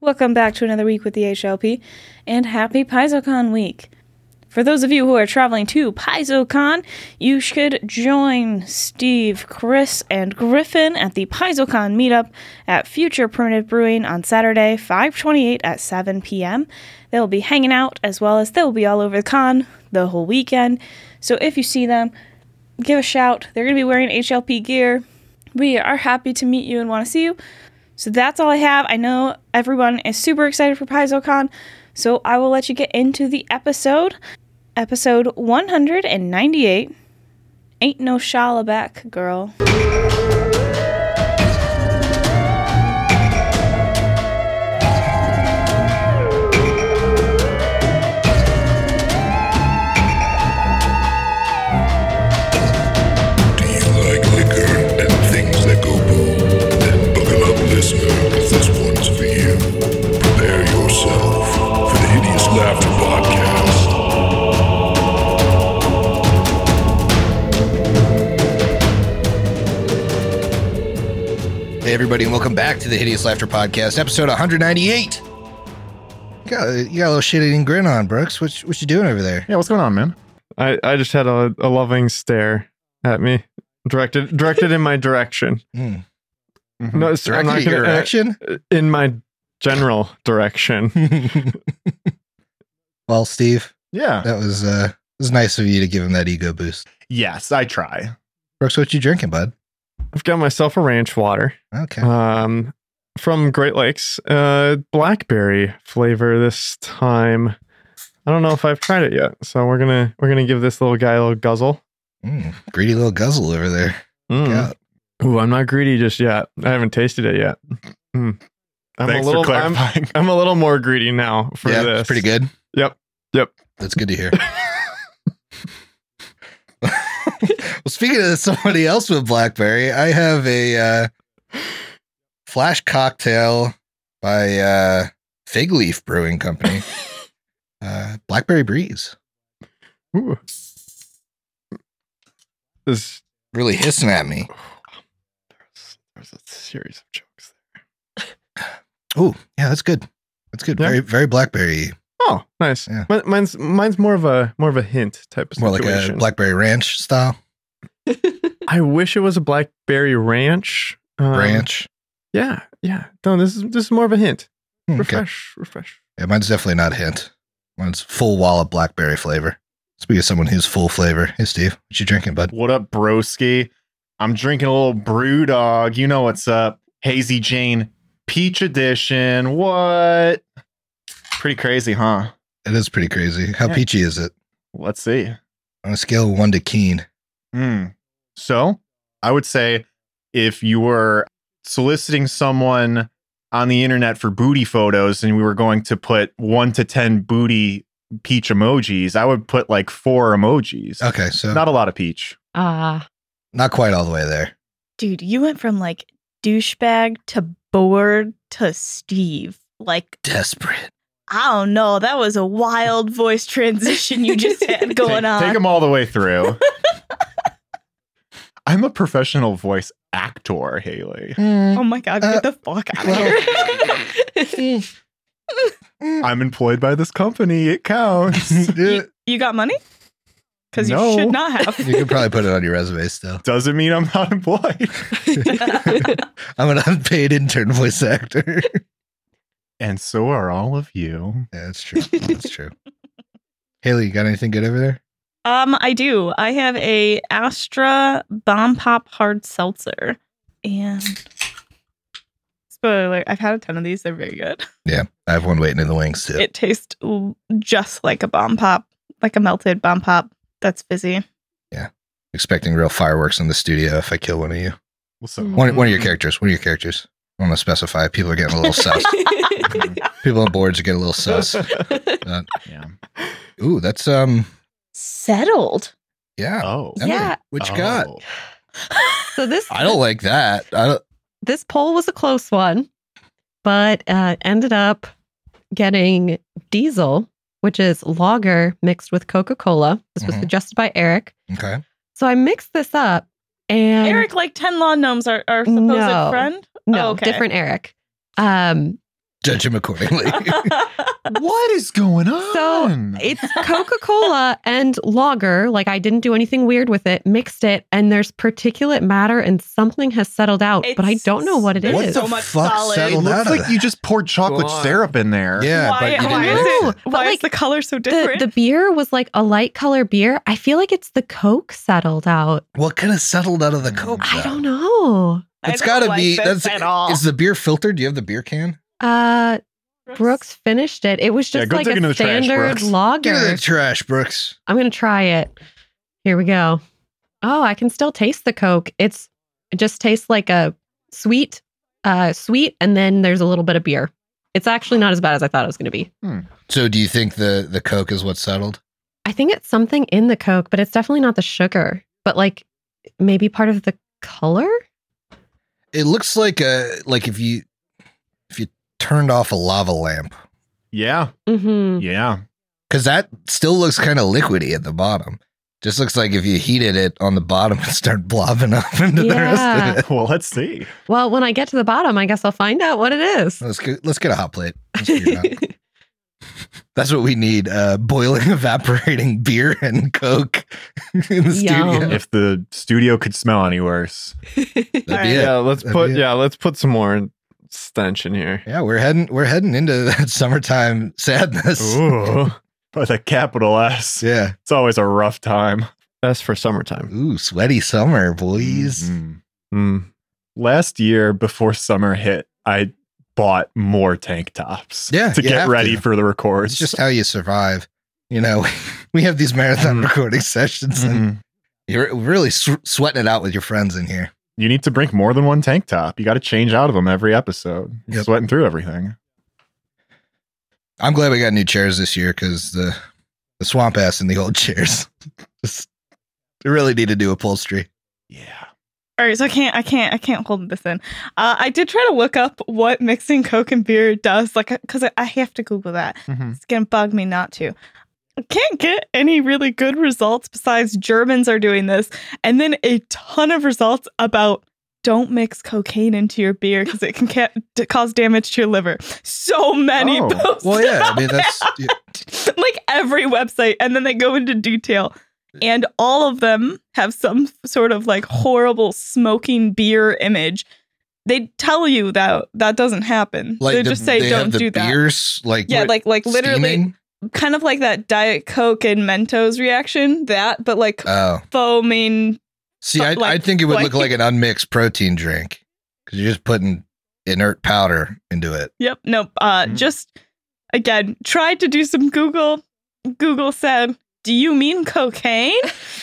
Welcome back to another week with the HLP and happy PaizoCon week. For those of you who are traveling to PaizoCon, you should join Steve, Chris, and Griffin at the PaizoCon meetup at Future Primitive Brewing on Saturday, 528 at 7 p.m. They'll be hanging out as well as they'll be all over the con the whole weekend. So if you see them, give a shout. They're going to be wearing HLP gear. We are happy to meet you and want to see you. So that's all I have. I know everyone is super excited for PaizoCon, so I will let you get into the episode. Episode 198. Ain't no Shalaback, girl. Do you like liquor and things that go boom? Then buckle up, listener, 'cause this one's for you. Prepare yourself for the Hideous Laughter Podcast. Hey, everybody, and welcome back to the Hideous Laughter Podcast, episode 198. You got, you got a little shit eating grin on, Brooks. What, you- what you doing over there? Yeah, what's going on, man? I, I just had a, a loving stare at me, directed directed in my direction. Mm. Mm-hmm. No, it's- I'm Directed not at your gonna, uh, action? in my general direction. well, Steve, Yeah. that was uh, it was nice of you to give him that ego boost. Yes, I try. Brooks, what you drinking, bud? I've got myself a ranch water Okay. um, from Great Lakes, uh, blackberry flavor this time. I don't know if I've tried it yet, so we're gonna we're gonna give this little guy a little guzzle. Mm, greedy little guzzle over there. Mm. Yeah. Ooh, I'm not greedy just yet. I haven't tasted it yet. Mm. I'm Thanks a little for I'm, clarifying. I'm a little more greedy now for yeah, this. it's pretty good. Yep. Yep. That's good to hear. well, speaking of somebody else with BlackBerry, I have a uh, flash cocktail by uh, Fig Leaf Brewing Company, uh, Blackberry Breeze. Ooh. There's, Really hissing at me. there's, there's a series of jokes. Oh, yeah, that's good. That's good. Yeah. Very, very blackberry. Oh, nice. Yeah. Mi- mine's mine's more of a more of a hint type of More like situation. a blackberry ranch style I wish it was a blackberry ranch. Um, branch. Yeah, yeah. No, this is this is more of a hint. Hmm, okay. Refresh, refresh. Yeah, mine's definitely not a hint. Mine's full wall of blackberry flavor. Speaking of someone who's full flavor, hey Steve, what you drinking, bud? What up, broski? I'm drinking a little brew dog. You know what's up. Hazy Jane Peach Edition. What? Pretty crazy, huh? It is pretty crazy. How Yeah. peachy is it? Let's see. On a scale of one to keen. Hmm. So I would say if you were soliciting someone on the internet for booty photos and we were going to put one to 10 booty peach emojis, I would put like four emojis. Okay, so not, Not a lot of peach. Ah, quite all the way there. dude, you went from like douchebag to bored to Steve. Like, Desperate. I don't know. That was a wild voice transition you just had going take, on. Take them all the way through. I'm a professional voice actor, Haley. oh my God, Uh, get the fuck out of well- here. I'm employed by this company. It counts. you, you got money? Because No. you should not have. You could probably put it on your resume still. Doesn't mean I'm not employed. I'm an unpaid intern voice actor. yeah, and so are all of you. that's true. That's true. Haley, you got anything good over there? um, I do. I have a Astra Bomb Pop Hard Seltzer. And spoiler, alert, I've had a ton of these. They're very good. I have one waiting in the wings too. It tastes l- just like a bomb pop, like a melted bomb pop that's fizzy. Expecting real fireworks in the studio if I kill one of you. What's up? One, Mm-hmm. one of your characters. One of your characters. I want to specify. People are getting a little sus. People on boards are getting a little sus. Yeah. Ooh, that's um, Settled. yeah. Oh. Emily, Yeah. What you got? Oh. So this I don't like that. I don't. this poll was a close one, but uh, ended up getting diesel, which is lager mixed with Coca Cola. This was Mhm. suggested by Eric. Okay. So I mixed this up, and Eric, like 10 law gnomes, our, our supposed No. Oh, friend. no okay. different Eric. Um, Judge him accordingly. What is going on? It's Coca Cola and lager. Like I didn't do anything weird with it. Mixed it, and there's particulate matter, and something has settled out, but I It's- don't know what it is. There's what the so much fuck solid. it settled out looks of like that? you just poured chocolate Go on. syrup in there. yeah, Why- but you why didn't is mix it- it. But Why is like, the color so the, different? the beer was like a light color beer. I feel like it's the Coke settled out. What could have settled out of the coke? I though? don't know. I It's don't got to like be. this That's at all. Is the beer filtered? Do you have the beer can? Uh, Brooks finished it. It was Yeah, just go like dig into a the trash, standard Brooks. Get it in lager. the trash, Brooks. I'm gonna try it. Here we go. Oh, I can still taste the Coke. It's it just tastes like a sweet, uh, sweet, and then there's a little bit of beer. It's actually not as bad as I thought it was gonna be. So, do you think the the coke is what settled? I think it's something in the Coke, but it's definitely not the sugar. But like maybe part of the color. It looks like a like if you if you turned off a lava lamp Yeah. Mm-hmm. Yeah. because that still looks kind of liquidy at the bottom. Just looks like if you heated it on the bottom and start blobbing up into the Yeah. rest of it. Well, let's see. Well, when I get to the bottom, I guess I'll find out what it is. Let's get let's get a hot plate. Let's figure it out. That's what we need: uh, boiling, evaporating beer and coke in the Yum. studio. If the studio could smell any worse. That'd be Yeah, it. let's that'd put be it. yeah, let's put some more stench in here. Yeah, we're heading we're heading into that summertime sadness. Ooh, With a capital S. Yeah. It's always a rough time. that's for summertime. Ooh, sweaty summer, boys. Mhm. Mm. Last year, before summer hit, I bought more tank tops Yeah, to you get have ready to. for the records. It's just how you survive. You know, we have these marathon Mm. recording sessions, and Mhm. you're really sw- sweating it out with your friends in here. you need to drink more than one tank top. You got to change out of them every episode. You're Yep. Sweating through everything. I'm glad we got new chairs this year because the the swamp ass and the old chairs just they really need to do upholstery. Yeah. All right, so I can't, I can't, I can't hold this in. Uh, I did try to look up what mixing Coke and beer does, like, because I, I have to Google that. Mhm. It's gonna bug me not to. I can't get any really good results besides Germans are doing this, and then a ton of results about don't mix cocaine into your beer because it can ca- d- cause damage to your liver. So many Oh, posts. Well, yeah, I about mean that's that. yeah, like every website and then they go into detail and all of them have some sort of like horrible smoking beer image they tell you that that doesn't happen like they the- just say they don't have the do that beers like yeah what- like like literally steaming? kind of like that diet coke and mentos reaction that but like Oh, foaming see, But, I like, I think it would look like- like an unmixed protein drink because you're just putting inert powder into it. yep nope uh Mm. Mhm. just again tried to do some google google said do you mean cocaine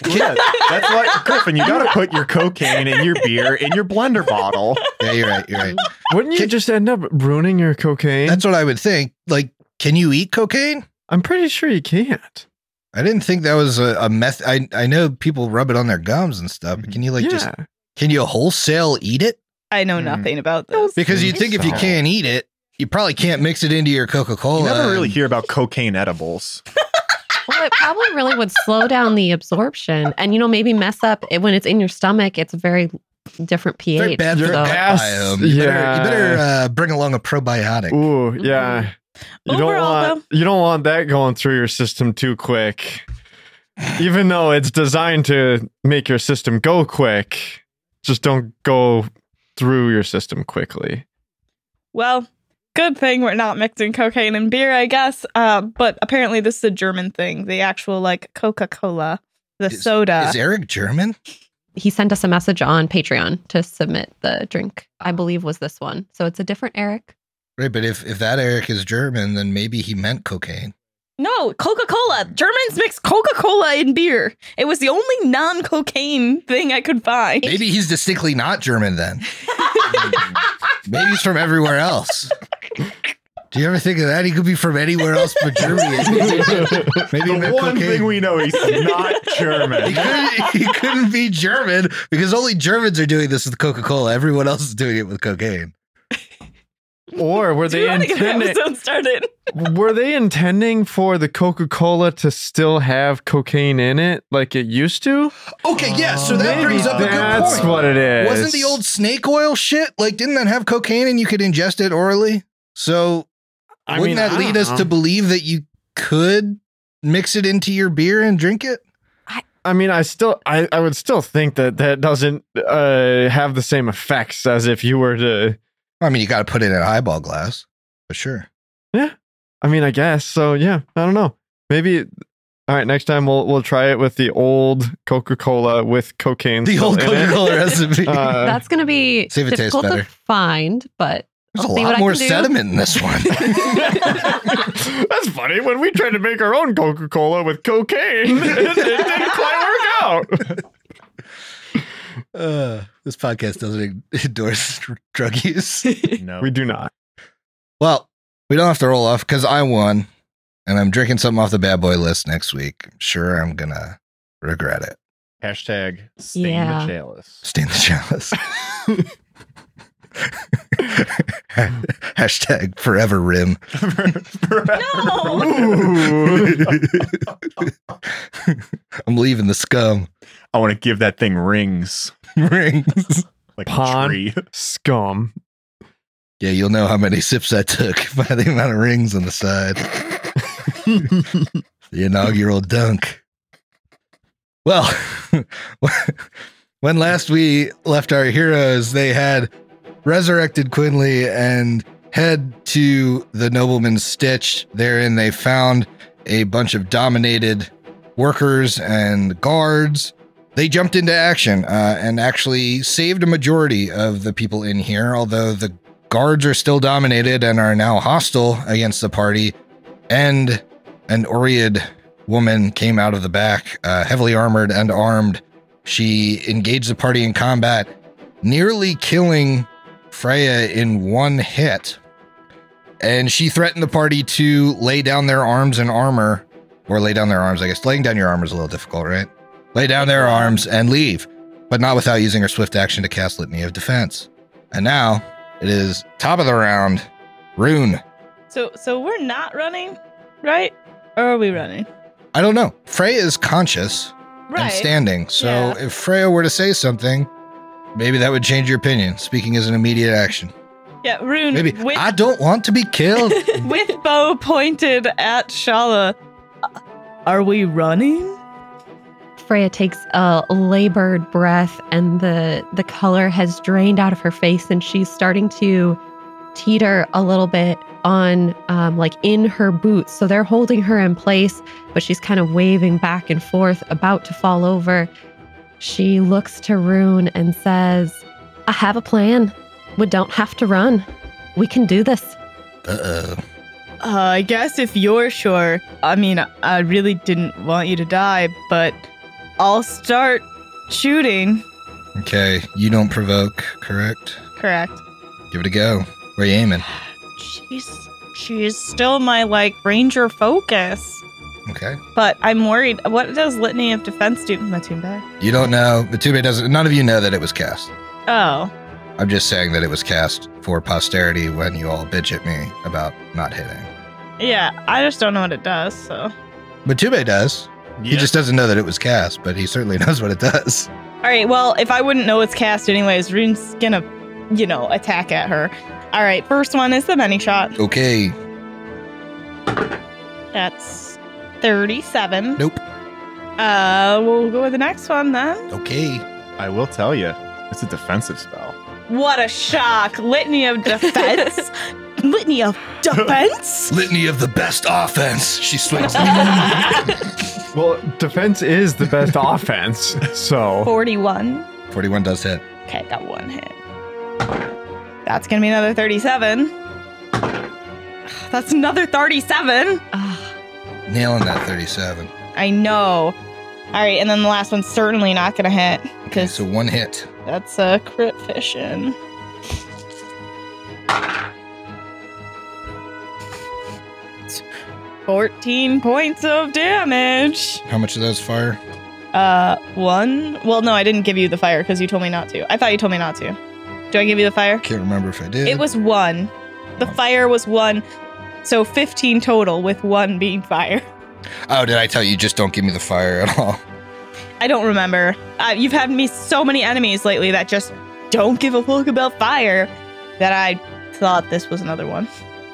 Yeah, that's why Griffin, you gotta put your cocaine and your beer in your blender bottle. Yeah, you're right. You're right. Wouldn't you Can- just end up ruining your cocaine? That's what I would think. Like, can you eat cocaine? I'm pretty sure you can't. I didn't think that was a, a meth. I I know people rub it on their gums and stuff, but can you like yeah. just can you wholesale eat it? i know Mm. Mhm. nothing about this Because you think if you Wholesale. can't eat it, you probably can't mix it into your Coca You Cola. never really hear about cocaine edibles. Well, it probably really would slow down the absorption, and you know maybe mess up it, when it's in your stomach. It's a very different pH. Very bad for Your the ass- biome. You yeah. better, you better uh, bring along a probiotic. Ooh, yeah. You don't Mm-hmm. Overall, want you don't want that going through your system too quick. Even though it's designed to make your system go quick, just don't go through your system quickly. Well, good thing we're not mixing cocaine and beer, I guess. Uh, but apparently, this is a German thing. The actual like Coca Cola, the Is- soda. Is Eric German? He sent us a message on Patreon to submit the drink. I believe was this one. So it's a different Eric. Right, but if, if that Eric is German, then maybe he meant cocaine. no, Coca Cola. Germans mix Coca Cola and beer. It was the only non cocaine thing I could find. Maybe he's distinctly not German then. Maybe he's from everywhere else. Do you ever think of that? He could be from anywhere else but Germany. Maybe he the meant one cocaine. thing we know, he's not he German. couldn't, he couldn't be German because only Germans are doing this with Coca Cola. Everyone else is doing it with cocaine. Or were Do they you want to get an intending episode started? were they intending for the Coca-Cola to still have cocaine in it like it used to? Okay, yeah. So that Oh, Maybe brings up a good that's point. what it is. Wasn't the old snake oil shit like? Didn't that have cocaine and you could ingest it orally? So I Wouldn't mean, that lead us to to? believe that you could mix it into your beer and drink it? I mean, I still, I, I would still think that that doesn't uh, have the same effects as if you were to. I mean, you got to put it in a highball glass, for sure. I mean, I guess so. Yeah, I don't know. Maybe. All right, next time we'll we'll try it with the old Coca Cola with cocaine. The still old in it. Coca Cola recipe. Uh, That's going to be See if it tastes difficult to better. find, but There's a I'll see what I lot more can do. sediment in this one. That's funny. When we tried to make our own Coca Cola with cocaine, it didn't quite work out. uh, this podcast doesn't endorse dr- drug use. No. We do not. Well, we don't have to roll off because I won, and I'm drinking something off the bad boy list next week. I'm sure I'm gonna regret it. Hashtag stain Yeah. the chalice. Stain the chalice. Hashtag forever rim. I'm leaving the scum I want to give that thing rings rings. like Pawn. a tree. Scum. Yeah, you'll know how many sips I took by the amount of rings on the side. the inaugural dunk. Well, when last we left our heroes, they had resurrected Quinley and head to the nobleman's stitch. Therein, they found a bunch of dominated workers and guards. They jumped into action uh, and actually saved a majority of the people in here, although the guards are still dominated and are now hostile against the party. And an Oread woman came out of the back, uh, heavily armored and armed. She engaged the party in combat, nearly killing Freya in one hit. And she threatened the party to lay down their arms and armor, or lay down their arms, I guess. Laying down your armor is a little difficult, right? Lay down their arms and leave, but not without using her swift action to cast Litany of Defense. And now it is top of the round, Rune. So so we're not running, right? Or are we running? I don't know. Freya is conscious and standing. So Yeah. if Freya were to say something, maybe that would change your opinion. Speaking is an immediate action. Yeah, Rune Maybe with I don't want to be killed. with bow pointed at Shala. uh, Are we running? Freya takes a labored breath and the the color has drained out of her face and she's starting to teeter a little bit on um, like in her boots. So they're holding her in place, but she's kind of waving back and forth, about to fall over. She looks to Rune and says, I have a plan. We don't have to run. We can do this. Uh-oh. Uh, I guess if you're sure, I mean, I really didn't want you to die, but I'll start shooting. Okay, you don't provoke, correct? Correct. Give it a go. Where you aiming? She's she is still my like ranger focus, Okay. but I'm worried. What does litany of defense do? My tune back. You don't know. Matube doesn't none of you know that it was cast. Oh, I'm just saying that it was cast for posterity when you all bitch at me about not hitting. yeah. I just don't know what it does. So Matube does. He just doesn't know that it was cast, but he certainly knows what it does. all right. Well, if I wouldn't know it's cast anyways, Rune's gonna, you know, attack at her. All right. First one is the many shot. Okay. That's thirty-seven. Nope. Uh, we'll go with the next one then. Okay. I will tell you, it's a defensive spell. What a shock! Litany of defense. Litany of defense. Litany of the best offense. She swings. Well, defense is the best offense. So, Forty-one. 41 does hit. Okay, I got one hit. That's gonna be another 37. That's another 37. Ah, Nailing that 37. I know. All right, and then the last one's certainly not gonna hit Okay, because so one hit. that's a crit fission. Fourteen points of damage. How much of those fire? Uh, one. Well, no, I didn't give you the fire because you told me not to. I thought you told me not to. Do I give you the fire? Can't remember if I did. It was one. The fire was one. So 15 total with one being fire. Oh, did I tell you just don't give me the fire at all? I don't remember. Uh, you've had me so many enemies lately that just don't give a fuck about fire that I thought this was another one.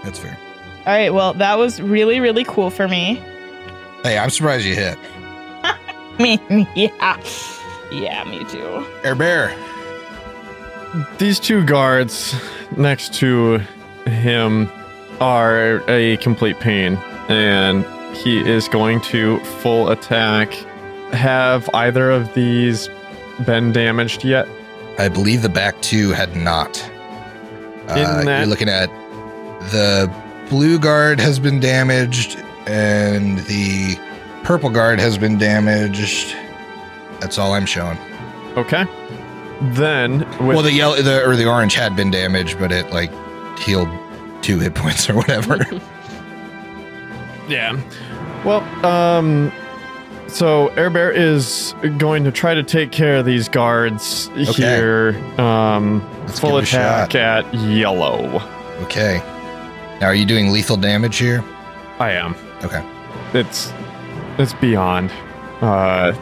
That's fair. All right. Well, that was really, really cool for me. Hey, I'm surprised you hit. Me, yeah. Yeah, me too. Air Bear. These two guards next to him are a complete pain, and he is going to full attack. Have either of these been damaged yet? I believe the back two had not. Uh, In that- You're looking at the blue guard has been damaged, and the purple guard has been damaged. That's all I'm showing. Okay. Then, with well, the yellow the, or the orange had been damaged, but it like healed two hit points or whatever. Yeah. Well, um, so Air Bear is going to try to take care of these guards here. Um, Let's full give it a attack shot. at yellow. Okay. Now, are you doing lethal damage here? I am. Okay. It's it's beyond uh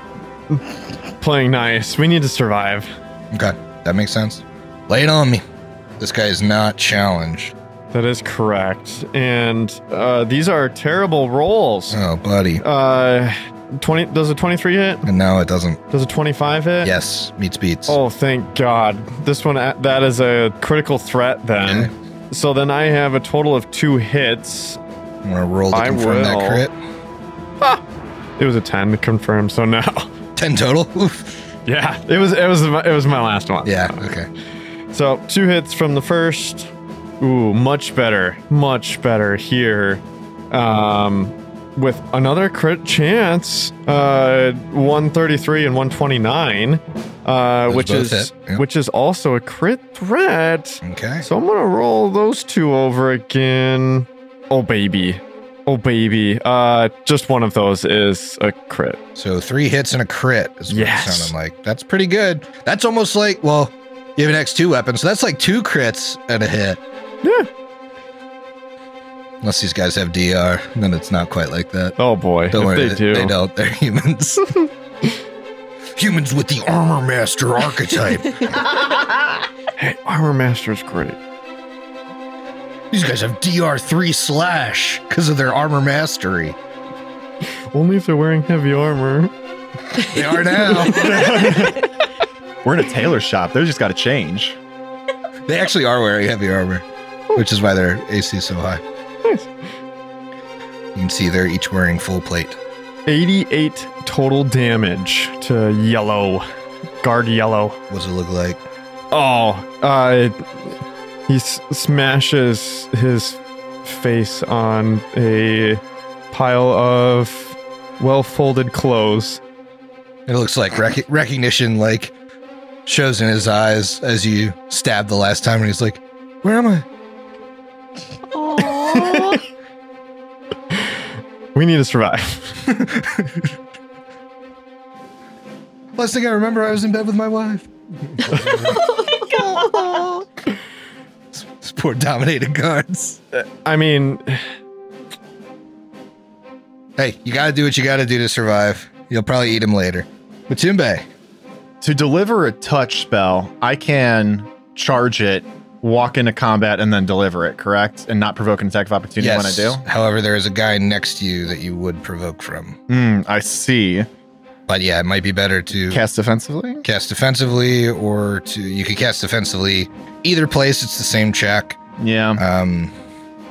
playing nice. We need to survive. Okay, that makes sense. Lay it on me. This guy is not challenged. That is correct. And uh these are terrible rolls. Oh, buddy. Uh 20 does a 23 hit? And no, it doesn't. Does a 25 hit? Yes, meets beats. Oh, thank God. This one, uh, that is a critical threat then. Okay. So then I have a total of two hits. I'm gonna roll to I confirm will. that crit. It was a 10 to confirm, so no. Ten total. Oof. yeah, it was it was my- it was my last one. Yeah. Okay. So, two hits from the first. Ooh, much better. Much better here. Um with another crit chance, uh 133 and 129, uh Those which both is hit, yeah. which is also a crit threat. Okay. So I'm gonna roll those two over again. Oh baby. Oh baby. Uh just one of those is a crit. So three hits and a crit is what Yes. it's sounding like. That's pretty good. That's almost like well, you have an X two weapon, so that's like two crits and a hit. Yeah. Unless these guys have DR, then it's not quite like that. Oh boy. Don't if worry, they do. They don't. They're humans. humans with the armor master archetype. Hey, Armor Master's great. These guys have DR three slash because of their armor mastery. Only if they're wearing heavy armor. They are now. We're in a tailor shop. They just got to change. they actually are wearing heavy armor, which is why their AC is so high. Nice. You can see they're each wearing full plate. 88 total damage to yellow. Guard yellow. What does it look like? Oh, uh, he s- smashes his face on a pile of well folded clothes. It looks like rec- recognition, like shows in his eyes as you stabbed the last time, and he's like, "Where am I?" Oh, We need to survive. Last thing I remember, I was in bed with my wife. These poor dominated guards. I mean, Hey, you gotta do what you gotta do to survive. You'll probably eat him later. Matumbe, To deliver a touch spell, I can charge it, walk into combat, and then deliver it, correct? And not provoke an attack of opportunity yes. when I However, there is a guy next to you that you would provoke from. do? Hmm, I see. But yeah, it might be better to Cast defensively? cast defensively, or to you could cast defensively. Either place, it's the same check. Yeah. Um,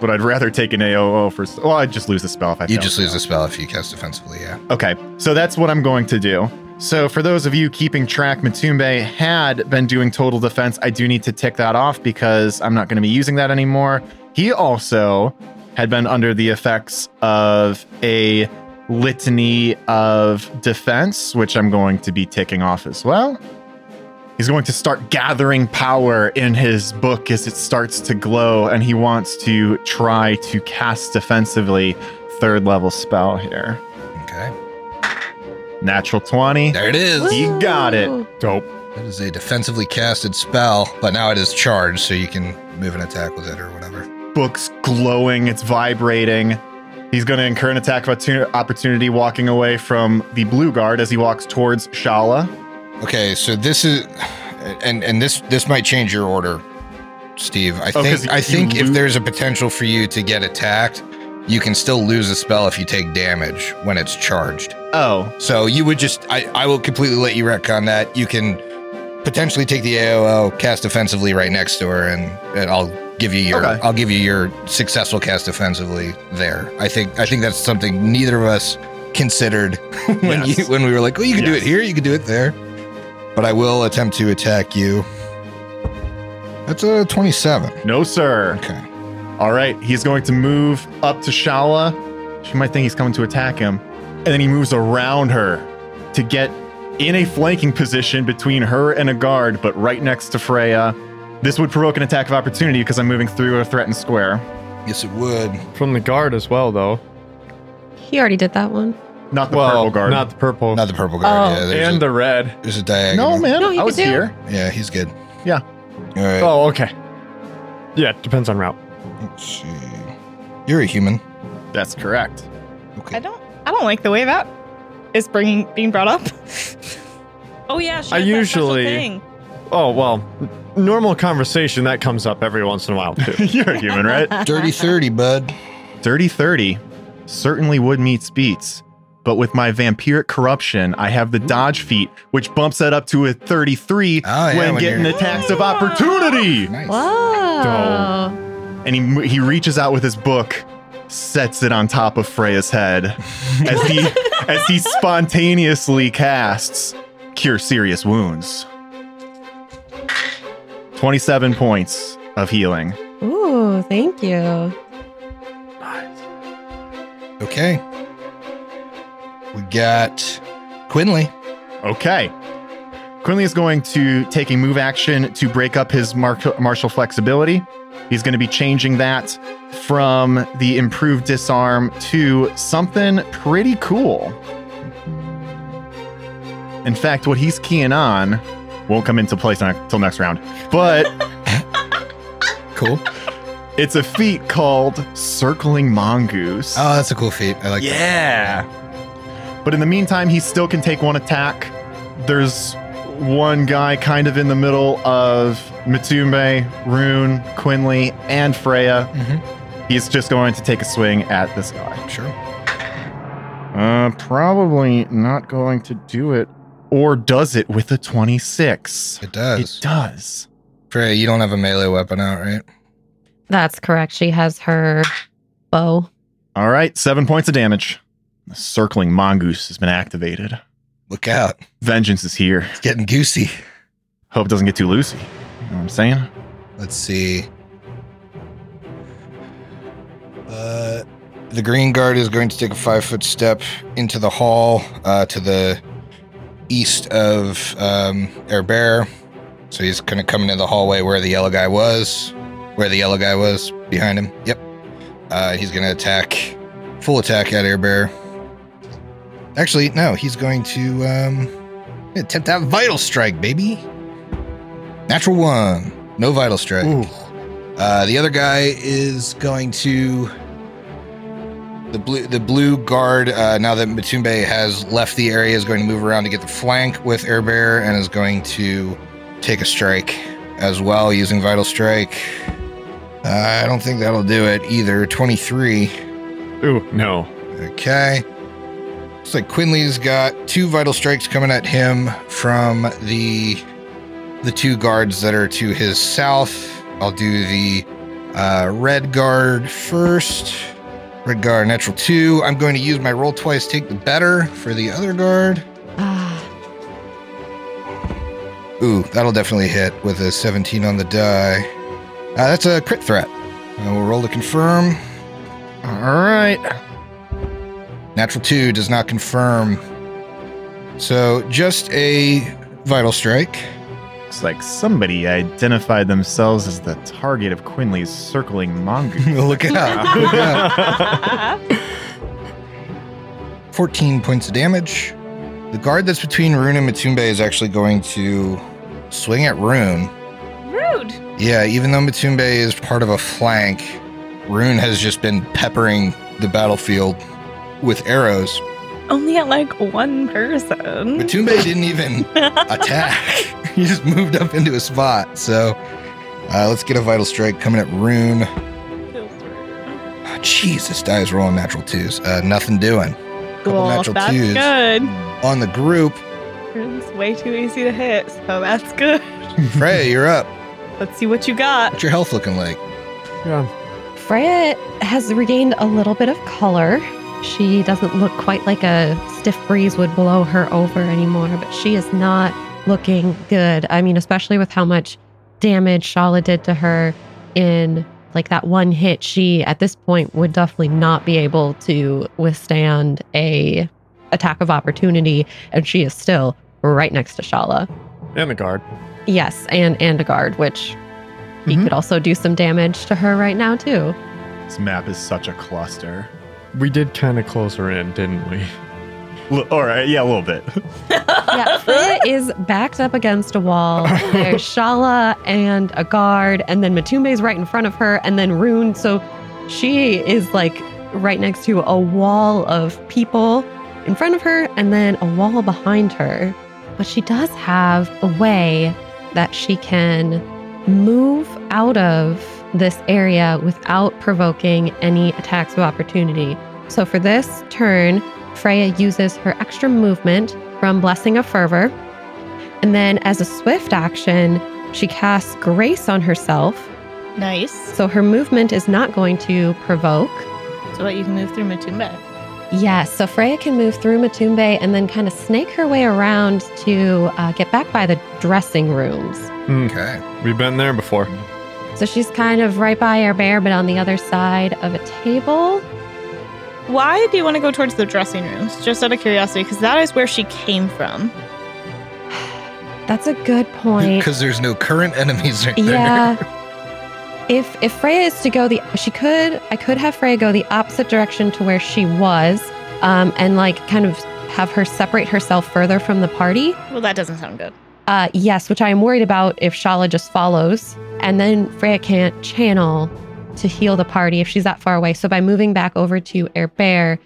But I'd rather take an AOO for. Well, I'd just lose the spell if I you fail. just lose a spell if you cast defensively. Yeah. Okay, so that's what I'm going to do. So, for those of you keeping track, Matumbe had been doing total defense. I do need to tick that off because I'm not going to be using that anymore. He also had been under the effects of a litany of defense, which I'm going to be ticking off as well. He's going to start gathering power in his book as it starts to glow, and he wants to try to cast defensively third level spell here. Okay. Natural 20. There it is. You got it. Dope. That is a defensively casted spell, but now it is charged, so you can move an attack with it or whatever. Book's glowing, it's vibrating. He's going to incur an attack of opportu- opportunity walking away from the blue guard as he walks towards Shala. Okay, so this is, and and this this might change your order. Steve. I Oh, 'cause think I you think if lo- there's a potential for you to get attacked, you can still lose a spell if you take damage when it's charged. Oh, So you would just I, I will completely let you retcon that. You can potentially take the AOO, cast offensively right next to her, and, and I'll give you your Okay. I'll give you your successful cast offensively there. I think I think that's something neither of us considered when Yes. you when we were like, well you can do it Yes. here, you can do it there. But I will attempt to attack you. That's a twenty-seven. no, sir. Okay. All right, he's going to move up to Shala. She might think he's coming to attack him. And then he moves around her to get in a flanking position between her and a guard, but right next to Freya. This would provoke an attack of opportunity because I'm moving through a threatened square. Yes, it would. From the guard as well, though. He already did that one. Not the well, purple guard. not the purple. Not the purple guard. Oh, yeah, there's, and a, the red. there's a diagonal. no, man. No, you I could was do- here. Yeah, he's good. Yeah. All right. Oh, okay. Yeah, depends on route. Let's see. You're a human. That's correct. Okay. I don't. I don't like the way that is bringing being brought up. Oh yeah, she has that I special usually- thing. Oh well, n- normal conversation that comes up every once in a while too. You're a human, right? Dirty 30, bud. Dirty 30 certainly would meets beats, but with my vampiric corruption, I have the dodge feat, which bumps that up to a 33 Oh, yeah, when, when getting you're- attacks of opportunity. Nice. Whoa. And he, mo- he reaches out with his book, sets it on top of Freya's head as he, as he spontaneously casts Cure Serious Wounds. 27 points of healing. Ooh, thank you. Okay. We got Quinley. Okay. Quinley is going to take a move action to break up his mar- martial flexibility. He's going to be changing that from the improved disarm to something pretty cool. In fact, what he's keying on won't come into place until next round, but Cool. it's a feat called Circling Mongoose. Oh, that's a cool feat. I like Yeah. But in the meantime, he still can take one attack. There's one guy kind of in the middle of Matumbe, Rune, Quinley, and Freya. Mhm. He's just going to take a swing at this guy. that. Sure. Uh, probably not going to do it. Or does it with a 26? It It does. does. Freya, you don't have a melee weapon out, right? That's correct. She has her bow. All right, seven points of damage. The circling mongoose has been activated. Look out. Vengeance is here. It's getting goosey. Hope it doesn't get too loosey. You know what I'm saying? Let's see. Uh, the green guard is going to take a five foot step into the hall uh, to the east of um, Air Bear. So he's going to come into the hallway where the yellow guy was, where the yellow guy was behind him. Yep. Uh, he's going to attack, full attack at Air Bear. Actually, no, he's going to um, attempt that vital strike, baby. Natural one. No vital strike. Uh, the other guy is going to the blue the blue guard. Uh, now that Matumbe has left the area, is going to move around to get the flank with Air Bear and is going to take a strike as well using vital strike. Uh, I don't think that'll do it either. Twenty three. Ooh, no. Okay. Looks like Quinley's got two vital strikes coming at him from the the two guards that are to his south. I'll do the uh, red guard first. Red guard natural two. I'm going to use my roll twice, take the better for the other guard. Ah, Ooh, that'll definitely hit with a 17 on the die. Uh, that's a crit threat. And we'll roll to confirm. All right. Natural 2 does not confirm. So just a vital strike. Looks like somebody identified themselves as the target of Quinley's circling mongoose. Look out. Look out. 14 points of damage. The guard that's between Rune and Matumbe is actually going to swing at Rune. Rude. Yeah, even though Matumbe is part of a flank, Rune has just been peppering the battlefield with arrows. Only at like one person. Matumbe didn't even attack. he just moved up into a spot. So Uh, let's get a vital strike coming at Rune. Ah, Jesus, die is rolling natural twos. Uh, nothing doing. Couple Cool. natural That's twos good. on the group. It's way too easy to hit, so that's good. Freya, you're up. Let's see what you got. What's your health looking like? Yeah. Freya has regained a little bit of color. She doesn't look quite like a stiff breeze would blow her over anymore, but she is not looking good. I mean, especially with how much damage Shala did to her in like that one hit, she at this point would definitely not be able to withstand a attack of opportunity, and she is still right next to Shala. And the guard. Yes, and and a guard, which he Mhm. could also do some damage to her right now too. This map is such a cluster. We did kind of close her in, didn't we? L- all right, yeah, a little bit. yeah, Freya is backed up against a wall. There's Shala and a guard, and then Matumbe's right in front of her, and then Rune. So she is like right next to a wall of people in front of her, and then a wall behind her. But she does have a way that she can move out of this area without provoking any attacks of opportunity. So for this turn, Freya uses her extra movement from Blessing of Fervor. And then, as a swift action, she casts Grace on herself. Nice. So her movement is not going to provoke. So that you can move through Matumba. Yes, so Freya can move through Matumbe and then kind of snake her way around to uh, get back by the dressing rooms. Okay. We've been there before. So she's kind of right by our bear, but on the other side of a table. Why do you want to go towards the dressing rooms? Just out of curiosity, because that is where she came from. That's a good point. Because there's no current enemies right there. Yeah. If if Freya is to go the she could I could have Freya go the opposite direction to where she was, um, and like kind of have her separate herself further from the party. Well, that doesn't sound good. Uh, yes, which I am worried about if Shala just follows, and then Freya can't channel to heal the party if she's that far away. So by moving back over to Air Bear,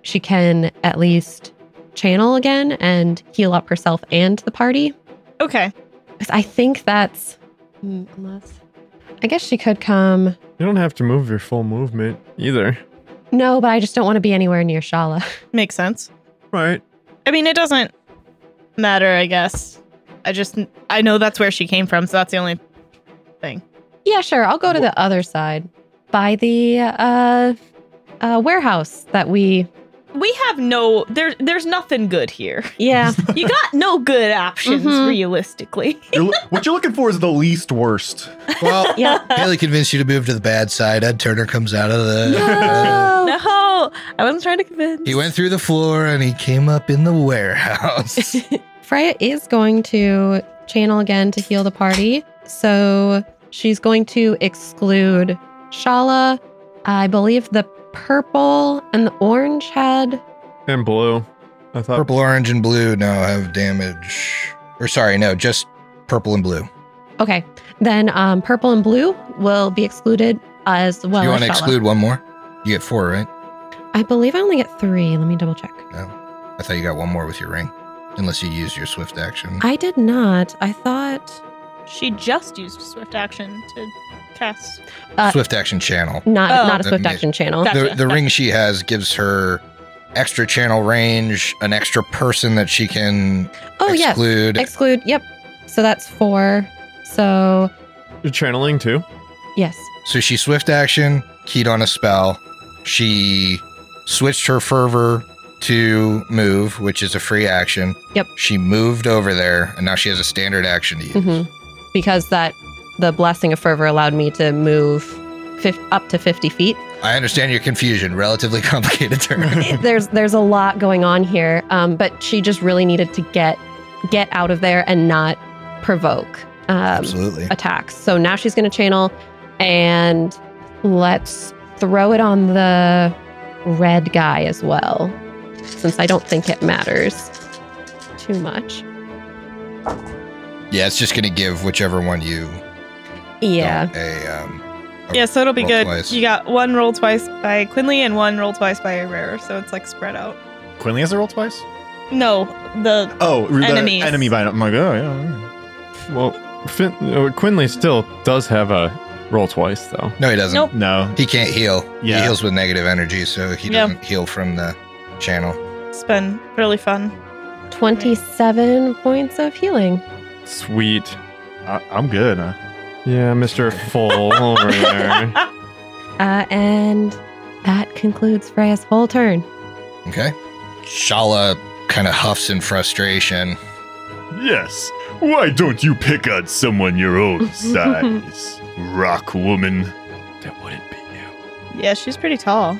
she can at least channel again and heal up herself and the party. Okay. Because I think that's hmm, unless I guess she could come. You don't have to move your full movement either. No, but I just don't want to be anywhere near Shala. Makes sense. Right. I mean, it doesn't matter, I guess. I just, I know that's where she came from, so that's the only. yeah, sure. I'll go to the other side by the uh, uh, warehouse that we. We have no, there, there's nothing good here. Yeah, You got no good options, Mhm. realistically. You're lo- what you're looking for is the least worst. Well, yeah. Haley convinced you to move to the bad side. Ed Turner comes out of the. uh, No. No, I wasn't trying to convince. He went through the floor and he came up in the warehouse. Freya is going to channel again to heal the party, so she's going to exclude Shala. I believe the purple and the orange had And blue. I thought purple, orange, and blue now have damage. Or sorry, no, just purple and blue. Okay, then um, purple and blue will be excluded as well. you as want to Shala. exclude one more? You get four, right? I believe I only get three. Let me double check. I thought you got one more with your ring, unless you use your swift action. I did not. I thought She just used swift action to cast. uh, swift action channel. not Oh. not a swift Amazing. action channel. That- The, Gotcha. the ring she has gives her extra channel range, an extra person that she can oh yes, exclude. exclude. Yep. So that's four. So you're channeling too. yes, So she swift action, keyed on a spell. She switched her fervor to move, which is a free action. Yep. She moved over there, and now she has a standard action to use. hmm because that the blessing of fervor allowed me to move fif- up to fifty feet. I understand your confusion. Relatively complicated term. there's there's a lot going on here, um, but she just really needed to get get out of there and not provoke. Um, Absolutely. attacks. So now she's going to channel and let's throw it on the red guy as well, since I don't think it matters too much. Yeah, it's just going to give whichever one you. Yeah. dump A, um, a- Yeah, so it'll be Roll good. twice. You got one roll twice by Quinley and one roll twice by a rare, so it's like spread out. Quinley has a roll twice? No, the Oh, the Enemies. enemy by I'm like, oh yeah. Well, Fin- uh, Quinley still does have a roll twice though. No, he doesn't. Nope. No. He can't heal. Yeah. He heals with negative energy, so he Yeah. doesn't heal from the channel. It's been really fun. 27 points of healing. Sweet. I, I'm good. Huh? Yeah, Mister Full over there. Uh, and that concludes Freya's full turn. Okay. Shala kind of huffs in frustration. Yes. Why don't you pick on someone your own size, rock woman? That wouldn't be you. Yeah, she's pretty tall.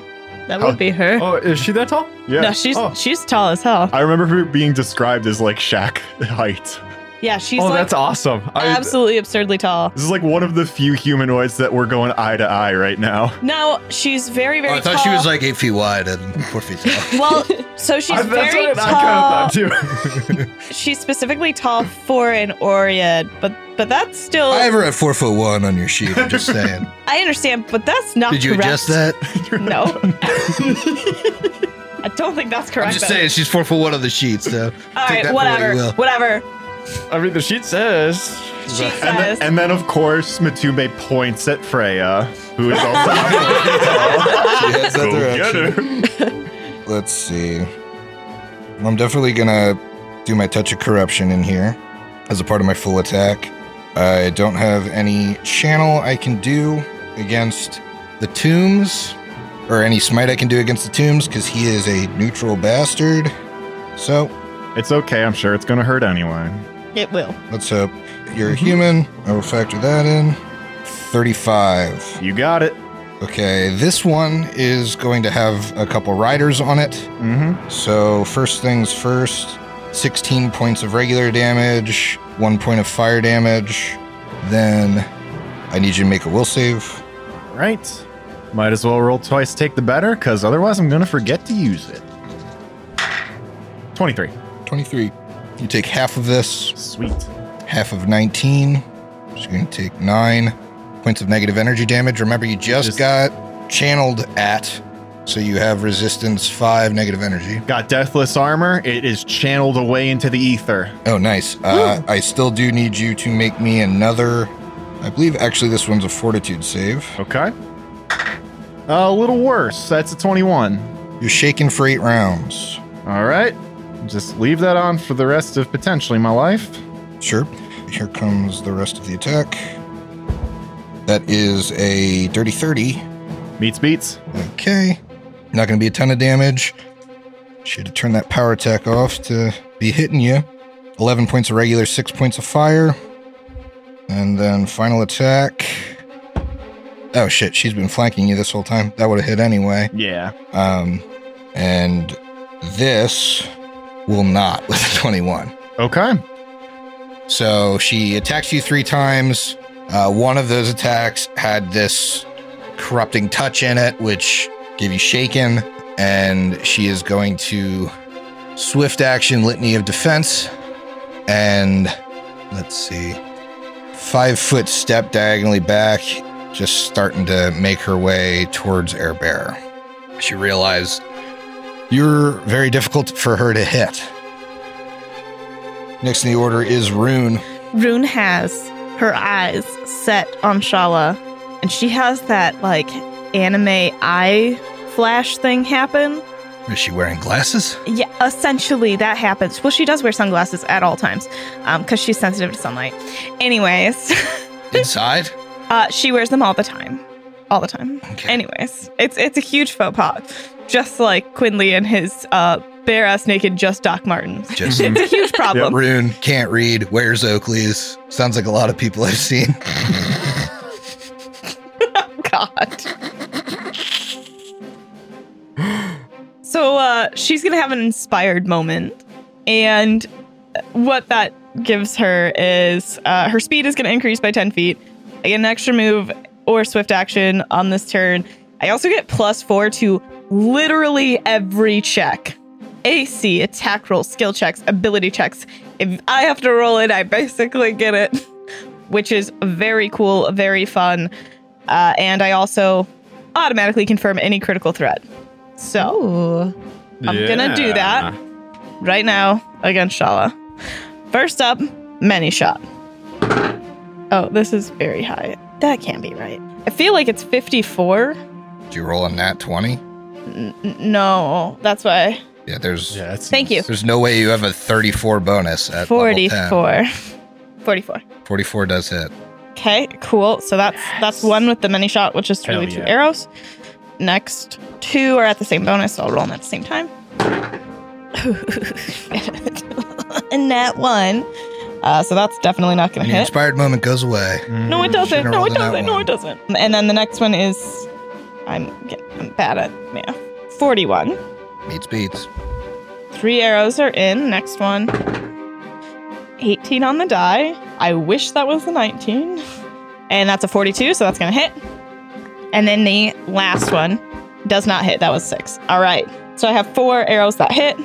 That Huh. would be her. Oh, is she that tall? Yeah. No, she's Oh. she's tall as hell. I remember her being described as like Shaq height. Yeah, she's oh, like that's awesome. I, absolutely absurdly tall. This is like one of the few humanoids that we're going eye to eye right now. No, she's very very. Oh, I thought tall. she was like eight feet wide and four feet tall. Well, so she's I- that's very what I tall. kind of thought too. She's specifically tall for an Oread, but but that's still. I I, have her at four foot one on your sheet. I'm just saying. understand, but that's not. Did you correct. adjust that? No. I don't think that's correct. I'm just though. saying she's four foot one on the sheet, so All right, take that for what whatever, you will. whatever. I mean, the sheet says. She And, says. then, and then, of course, Matumbe points at Freya, who is also she heads that Go get direction. her. Let's see. I'm definitely gonna do my touch of corruption in here as a part of my full attack. I don't have any channel I can do against the tombs, or any smite I can do against the tombs, because he is a neutral bastard. So It's okay. I'm sure it's gonna hurt anyway. it will. let's hope you're a human. I will factor that in. 35. You got it. Okay, this one is going to have a couple riders on it. Mm-hmm. So, first things first 16 points of regular damage, one point of fire damage. Then I need you to make a will save. Right. Might as well roll twice, take the better, because otherwise I'm gonna forget to use it. Twenty-three. 23. You take half of this, Sweet. half of 19. So, you're going to take nine points of negative energy damage. Remember, you just, Just- got channeled at, so you have resistance five negative energy. Got deathless armor. It is channeled away into the ether. Oh, nice. Uh, I still do need you to make me another. I believe actually this one's a fortitude save. Okay. a little worse. That's a twenty-one. You're shaken for eight rounds. All right. Just leave that on for the rest of potentially my life. Sure. Here comes the rest of the attack. That is a dirty 30. Meets beats. Okay. Not going to be a ton of damage. Should have turned that power attack off to be hitting you. 11 points of regular, 6 points of fire. And then final attack. Oh shit, she's been flanking you this whole time. That would have hit anyway. Yeah. Um, and this will not with a 21. Okay. So she attacks you three times. Uh, one of those attacks had this corrupting touch in it, which gave you shaken. And she is going to swift action litany of defense. And let's see, five foot step diagonally back, just starting to make her way towards Air Bear. She realized you're very difficult for her to hit. Next in the order is Rune. Rune has her eyes set on Shala, and she has that like anime eye flash thing happen. Is she wearing glasses? Yeah, essentially that happens. Well, she does wear sunglasses at all times because she's sensitive to sunlight. Anyways, Inside? uh, she wears them all the time, all the time. Okay. Anyways, it's it's a huge faux pas, just like Quinley and his uh, bare ass naked just Doc Martens. Just It's a huge problem. Rune can't read, wears Oakley's. Sounds like a lot of people I've seen. God. so uh, she's gonna have an inspired moment, and what that gives her is uh, her speed is gonna increase by ten feet. I get an extra move or swift action on this turn. I also get plus four to literally every check. AC, attack roll, skill checks, ability checks. If I have to roll it, I basically get it, which is very cool, very fun. Uh, and I also automatically confirm any critical threat. So Ooh. I'm gonna do Yeah. that. right now against Shala. First up, many shot. Oh, this is very high. That can't be right. I feel like it's 54. Did you roll a nat 20? N- n- no, that's why. Yeah, there's Yeah, that's Thank you. there's no way you have a 34 bonus at level 10. 44. 44. 44 does hit. Okay, cool. So that's that's one with the mini shot, which is Hell really two yeah. arrows. Next two are at the same bonus, so I'll roll them at the same time. and that one. Uh, so that's definitely not And going to your hit. inspired moment goes away. Mm. No, it doesn't. Should've No, rolled it on that doesn't. No, one. it doesn't. And then the next one is, I'm get- I'm bad at math. Forty-one. Beats beats. Three arrows are in. Next one. Eighteen on the die. I wish that was the nineteen. And that's a forty-two, so that's gonna hit. And then the last one does not hit. That was six. All right. So I have four arrows that hit,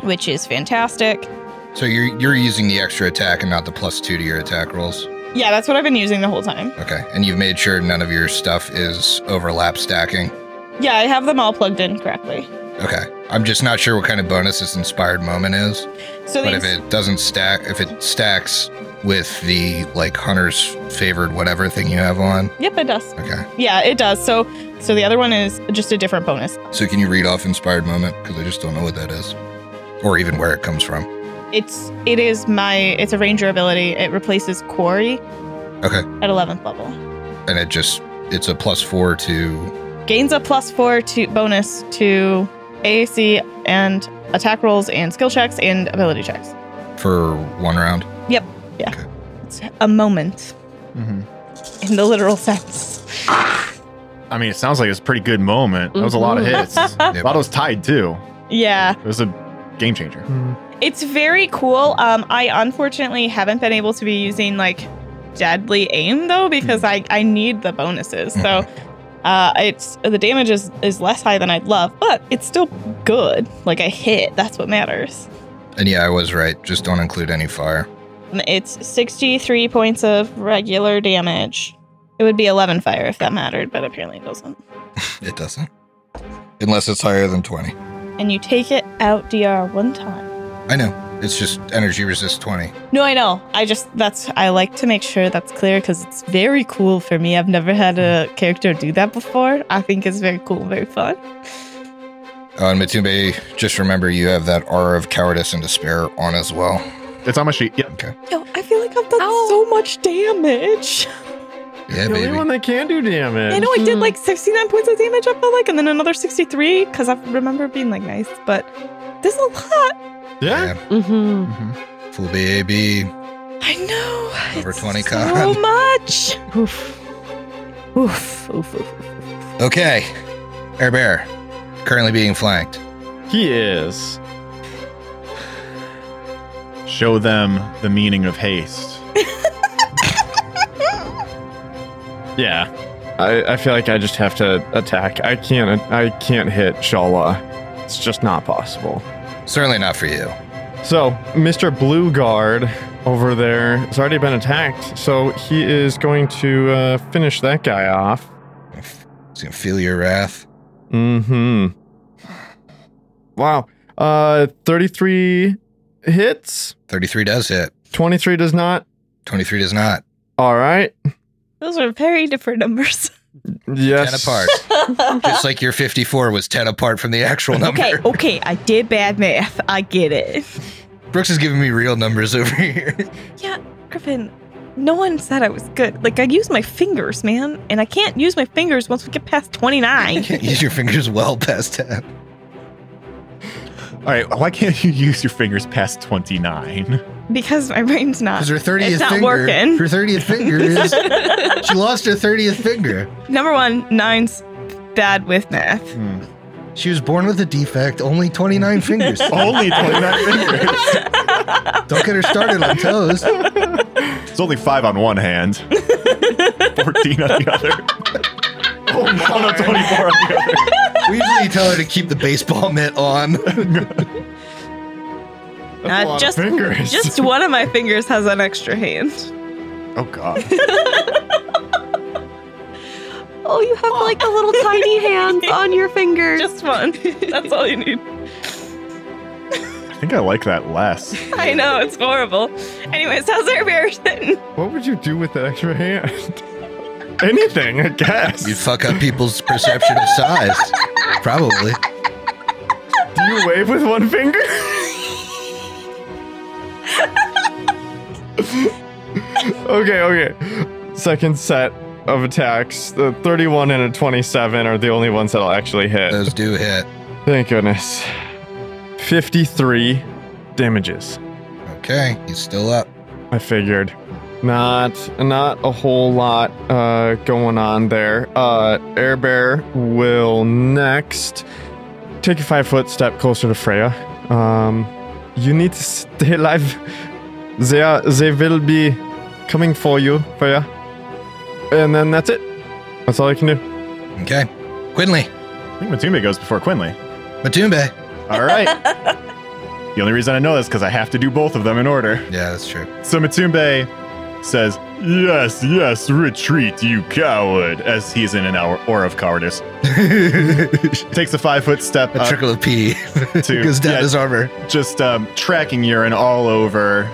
which is fantastic. So you're you're using the extra attack and not the plus two to your attack rolls. Yeah, that's what I've been using the whole time. Okay. And you've made sure none of your stuff is overlap stacking. Yeah, I have them all plugged in correctly. Okay. I'm just not sure what kind of bonus this inspired moment is. So But if these- it doesn't stack if it stacks with the like hunter's favored whatever thing you have on. Yep, it does. Okay. Yeah, it does. So so the other one is just a different bonus. So can you read off inspired moment? Because I just don't know what that is. Or even where it comes from. It's it is my it's a ranger ability. It replaces quarry. Okay. At 11th level. And it just it's a plus four to Gains a plus 4 to bonus to AAC and attack rolls and skill checks and ability checks. for one round. It's a moment Mhm. in the literal sense. I mean, it sounds like it's a pretty good moment. That was a lot of Mhm. hits. Mm-hmm. a lot was tied too. Yeah. It was a game changer. Hmm. It's very cool. Um, I unfortunately haven't been able to be using like deadly aim though because I, I need the bonuses. So uh, it's the damage is, is less high than I'd love, but it's still good. Like a hit, that's what matters. And yeah, I was right. Just don't include any fire. Um, It's 63 points of regular damage. It would be 11 fire if that mattered, but apparently it doesn't. It doesn't. Unless it's higher than 20. And you take it out DR one time. I know. It's just energy resist 20. No, I know. I just, that's, I like to make sure that's clear because it's very cool for me. I've never had a character do that before. I think it's very cool, very fun. Oh, and Matumbe, just remember you have that aura of cowardice and despair on as well. It's on my sheet. Yep. Yo, I feel like I've done Ow. so much damage. Yeah, the only baby. one that can do damage. I know I did Mm. like 69 points of damage, I felt like, and then another 63 because I remember being like nice, but there's a lot. Yeah. Yeah, Mm-hmm. Mhm. full baby. I know. Over it's 20 So con. much. Oof. Oof, oof, oof. Okay. Air Bear, currently being flanked. He is. Show them the meaning of haste. Yeah. I, I feel like I just have to attack. I can't I can't hit Shala. It's just not possible. Certainly not for you. So, Mr. Blue Guard over there has already been attacked, so he is going to uh, finish that guy off. It's gonna feel your wrath. Mm-hmm. Wow. Uh 33 hits. 33 does hit. 23 does not. 23 does not. Alright. Those are very different numbers. Yes. 10 apart. Just like your 54 was 10 apart from the actual number. Okay, okay, I did bad math. I get it. Brooks is giving me real numbers over here. Yeah, Griffin, no one said I was good. Like, I use my fingers, man, and I can't use my fingers once we get past 29. Can't use your fingers well past 10. All right. Why can't you use your fingers past 29? because my brain's not. Because her 30th It's not finger. working. Her 30th finger is. she lost her 30th finger. Number one, nine's bad with math. Mm, Hmm. She was born with a defect, only 29 fingers. Oh. Only 29 fingers. Don't get her started on toes. It's only five on one hand, 14 on the other. Oh, no, no, 24 on the other. We usually tell her to keep the baseball mitt on. That's a Uh, lot of just- fingers. Just one of my fingers has an extra hand. Oh, God. Oh, you have like the little tiny hands on your fingers. Just one. That's all you need. think I like that less. I know, it's horrible. Anyways, how's our beer sitting? What would you do with that extra hand? Anything, I guess. You'd fuck up people's perception of size. Probably. do you wave with one finger? okay, okay. Second set of attacks. The 31 and a 27 are the only ones that'll actually hit. Those do hit. Thank goodness. 53 damages. Okay, he's still up. I figured. Not not a whole lot uh, going on there. Uh, Air Bear will next take a five foot step closer to Freya. Um, you need to stay alive. They are, they will be coming for you, Freya. And then that's it. That's all I can do. Okay. Quinley, I think Matumbe goes before Quinley. Matumbe. All right. the only reason I know this because I have to do both of them in order. Yeah, that's true. So Matumbe says, Yes, yes, retreat, you coward, as he's in an hour or of cowardice. Takes a five foot step A up, trickle of pee to- goes down yeah. his armor. just um, tracking urine all over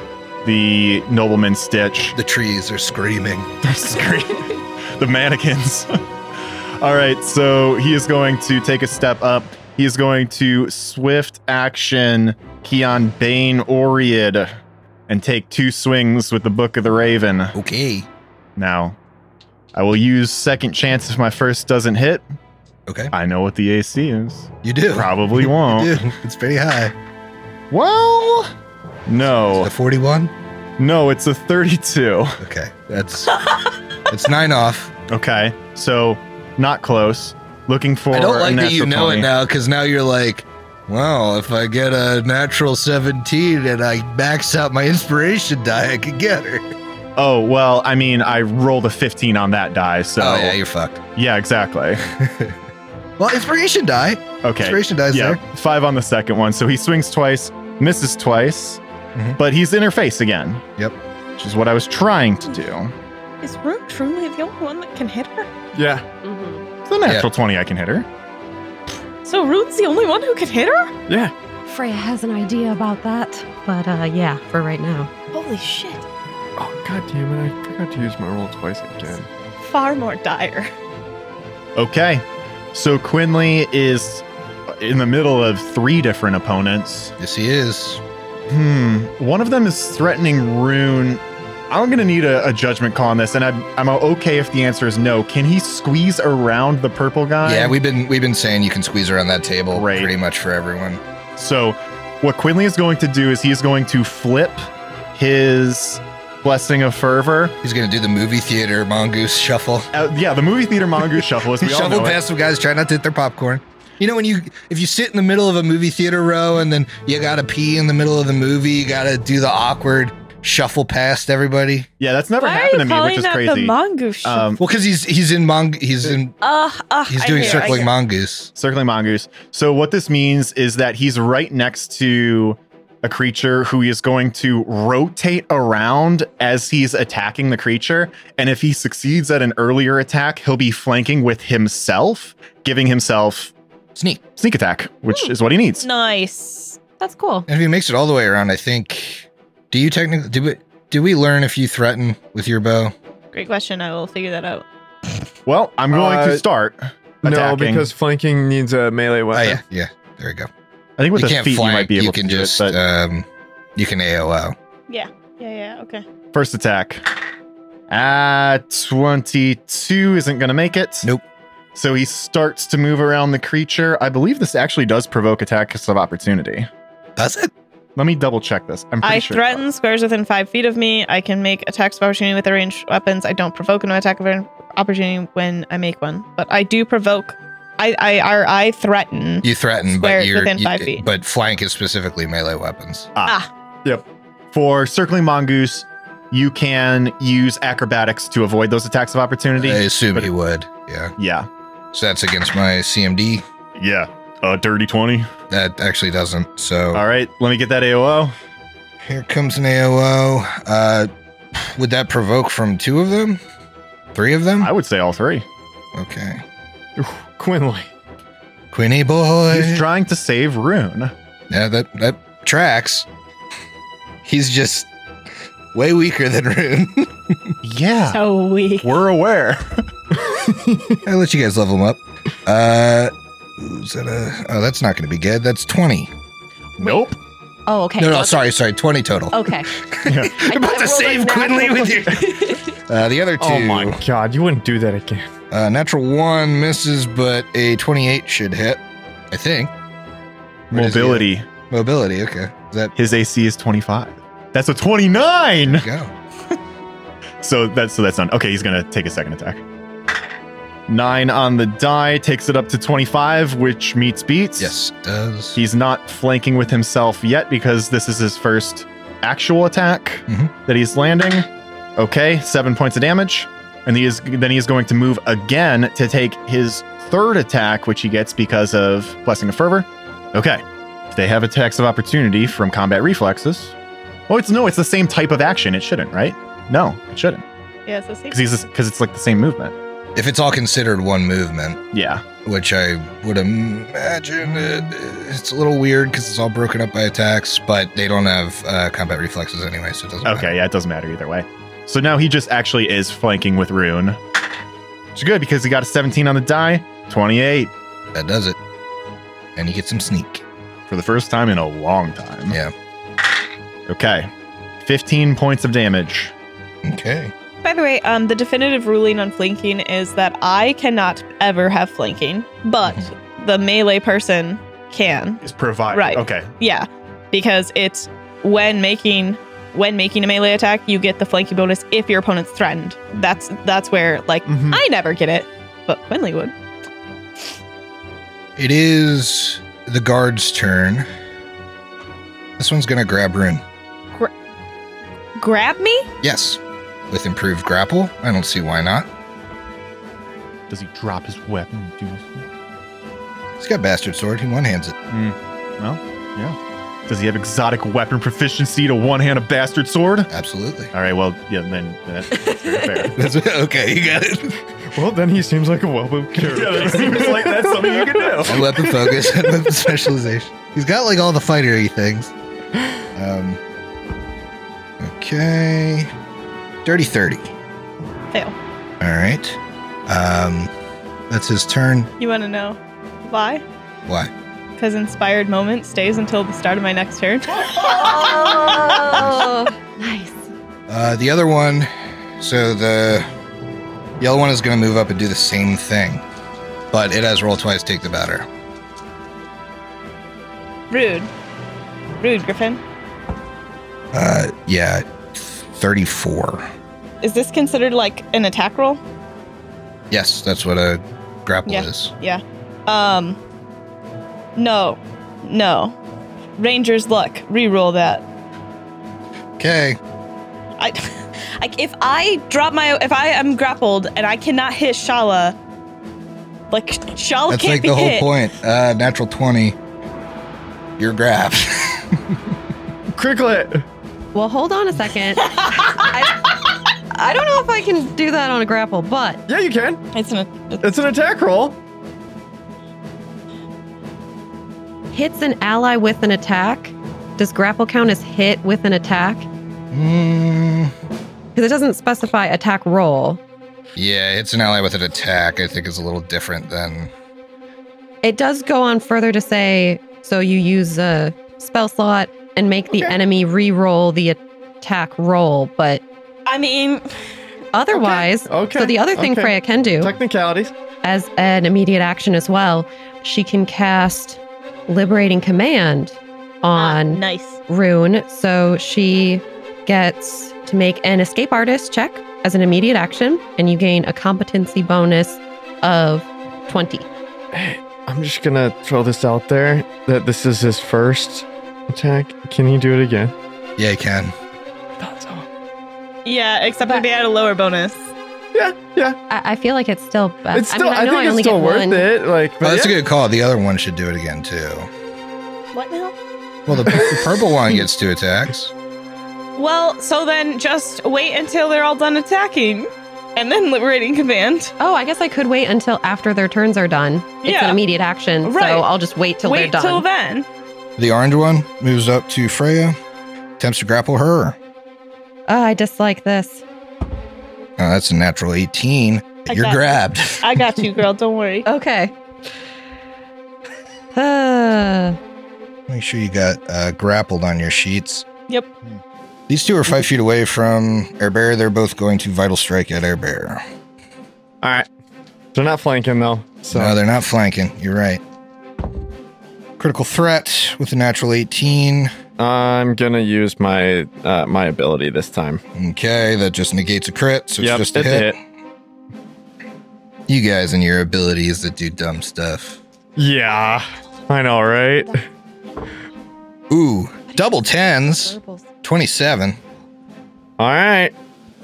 the nobleman Stitch. The trees are screaming. Scream. the mannequins. All right, so he is going to take a step up. He is going to swift action Keon Bane Oread and take two swings with the Book of the Raven. Okay. Now, I will use second chance if my first doesn't hit. Okay. I know what the AC is. You do. Probably You won't. do. It's pretty high. Well, The no. 41? No, it's a 32. Okay. That's it's nine off. Okay. So, not close. Looking for I don't like a that you natural know 20. it now because now you're like, well, if I get a natural 17 and I max out my inspiration die, I could get her. Oh, well, I mean, I rolled a 15 on that die, so. oh, yeah, yeah. you're fucked. exactly. Well, inspiration die. Okay. Inspiration die's Yeah, five on the second one. So he swings twice, misses twice, Mhm. but he's in her face again. Yep. Which is what I was trying to do. Is Root truly the only one that can hit her? Yeah, Mhm. It's a natural 20 I can hit her. So Root's the only one who can hit her? yeah. Freya has an idea about that, but uh, yeah, for right now. Holy shit. Oh god damn it! I forgot to use my roll twice again. Far more dire. Okay. So Quinley is in the middle of three different opponents. there. Yes, he is. Hmm. One of them is threatening Rune. I'm gonna need a, a judgment call on this, and I'm I'm okay if the answer is no. Can he squeeze around the purple guy? yeah, we've been we've been saying you can squeeze around that table Great. pretty much for everyone. So, what Quinley is going to do is he is going to flip his blessing of fervor. He's gonna do the movie theater mongoose shuffle. Uh, yeah, the movie theater mongoose shuffle, as we all shuffle know. it. past some guys, try not to hit their popcorn. You know when you if you sit in the middle of a movie theater row and then you gotta pee in the middle of the movie, you gotta do the awkward shuffle past everybody. Yeah, that's never Why are you happened to me, calling which is that the crazy. mongoose? Um, um, Well, because he's he's in mong he's in uh, uh, he's I doing hear, I circling hear. mongoose. circling mongoose. So what this means is that he's right next to a creature who is going to rotate around as he's attacking the creature, and if he succeeds at an earlier attack, he'll be flanking with himself, giving himself Sneak. sneak attack, which is what he needs. Nice. That's cool. And if he makes it all the way around, I think do you technically do we do we learn if you threaten with your bow? Great question. I will figure that out. Well, I'm going Uh, to start. No, attacking. because flanking needs a melee Oh weapon. yeah, yeah. There we go. I think with you his can't feet you might flank, be you, able can to do just it. But um you can AOL. Yeah, yeah, okay. first attack. Ah, 22 isn't going to make it. Nope. So he starts to move around the creature. I believe this actually does provoke attacks of opportunity. Does it? Let me double check this. I'm pretty I sure. it threaten does. squares within five feet of me. I can make attacks of opportunity with arranged weapons. I don't provoke an attack of opportunity when I make one, but I do provoke. I I or I threaten. You threaten, but Squares you're within you- five feet. But flank is specifically melee weapons. For circling mongoose, you can use acrobatics to avoid those attacks of I opportunity. assume but- he would. Yeah. yeah. So that's against my CMD. Yeah. Uh, dirty 20. That actually doesn't. So All right. Let me get that AOO. here comes an AOO. Uh, would that provoke from two of them? Three of them? I would say all three. Okay. Quinley. Quinny boy. He's trying to save Rune. yeah, that that tracks. He's just way weaker than Rune. Yeah, So weak. we're aware. I'll let you guys level him up. Uh, is that a? Oh, that's not going to be good. That's twenty. nope. Oh, okay. No, no, okay. sorry, sorry, twenty total. Okay. Yeah. I I'm about rolled to a save Oh, natural Quinley with you. Uh, the other two. Oh my god, you wouldn't do that again. Uh, natural one misses, but a twenty-eight should hit. I think What is he at? Mobility. mobility. Okay, is that His AC is 25. That's a 29. go? So that's so that's done. Okay, he's gonna take a second attack. Nine on the die takes it up to 25, which meets beats. Yes, does. He's not flanking with himself yet because this is his first actual attack Mhm. that he's landing. Okay, seven points of damage. And he is then he is going to move again to take his third attack, which he gets because of Blessing of Fervor. Okay. They have attacks of opportunity from combat reflexes. Oh, it's no, it's the same type of action. It shouldn't, right? No, it shouldn't. Yeah, so see. Because he's because it's like the same movement. If it's all considered one movement, Yeah. which I would imagine it, it's a little weird because it's all broken up by attacks, but they don't have uh, combat reflexes anyway, so it doesn't. matter. Okay, yeah, it doesn't matter either way. So now he just actually is flanking with Rune. Which is good because he got a 17 on the die, 28 that does it. And you get some sneak. for the first time in a long time. Yeah. Okay. 15 points of damage. Okay. By the way, um, the definitive ruling on flanking is that I cannot ever have flanking, but the melee person can. Is provided. Right. Okay. Yeah, because it's when making when making a melee attack, you get the flanking bonus if your opponent's threatened. That's that's where like Mhm. I never get it, but Quinley would. It is the guard's turn. This one's going to grab Rune. Grab me? Yes. With improved grapple. I don't see why not. Does he drop his weapon? and do his- He's got Bastard Sword. He one hands it. Does he have exotic weapon proficiency to one hand a bastard sword? Absolutely. All right, well, yeah, then that's, that's very fair. That's, okay, you got it. Well, then he seems like a well-built yeah, character. that seems like that's something you can do. and weapon focus and weapon specialization. He's got like all the fightery things. Um, okay, dirty thirty. Fail. All right, um, that's his turn. You want to know why? Why? Because inspired moment stays until the start of my next turn. Oh, nice. Uh, the other one. So the yellow one is going to move up and do the same thing, but it has roll twice, take the batter. Rude. Rude, Griffin. Uh, yeah, thirty-four. Is this considered like an attack roll? Yes, that's what a grapple Yeah. is. Yeah. Um No. No. Ranger's luck. Reroll that. Okay. I like if I drop my if I am grappled and I cannot hit Shala, like Shala That's can't like be the whole hit. point. Uh, natural 20. You're grabbed. Cricklet! Well, hold on a second. I, I don't know if I can do that on a grapple, but Yeah, you can. It's an It's an attack roll. hits an ally with an attack. Does grapple count as hit with an attack? Mm, Because it doesn't specify attack roll. yeah, it's an ally with an attack, I think is a little different than. It does go on further to say so you use a spell slot and make the enemy re-roll the attack roll, but I mean otherwise, Okay. so the other thing okay. Freya can do Technicalities. as an immediate action as well, she can cast liberating command on ah, nice. Rune, so she gets to make an escape artist check as an immediate action, and you gain a competency bonus of 20. I'm just gonna throw this out there that this is his first attack. Can he do it again? Yeah, you can. Yeah, except that they had a lower bonus. Yeah, yeah. I, I feel like it's still. uh, It's still. I, I, mean, I know I, think only it's still get worth one. it. Like, Oh, but that's yeah. a good call. The other one should do it again, too. What now? Well, the, the purple one gets two attacks. Well, so then just wait until they're all done attacking. And then liberating command. Oh, I guess I could wait until after their turns are done. It's Yeah. an immediate action, Right. so I'll just wait till wait they're till done. then. The orange one moves up to Freya, attempts to grapple her. Oh, I dislike this. Uh, that's a natural 18. I You're got it. grabbed. I got you, girl. Don't worry. Okay. Uh, Make sure you got uh, grappled on your sheets. Yep. These two are five feet away from Air Bear. They're both going to Vital Strike at Air Bear. All right. They're not flanking though. So No, they're not flanking. You're right. Critical threat with a natural 18. I'm gonna use my uh, my ability this time. Okay, that just negates a crit, so yep, it's just a it's hit. You guys and your abilities that do dumb stuff. Yeah, I know, right? Ooh, double tens, 27. All right.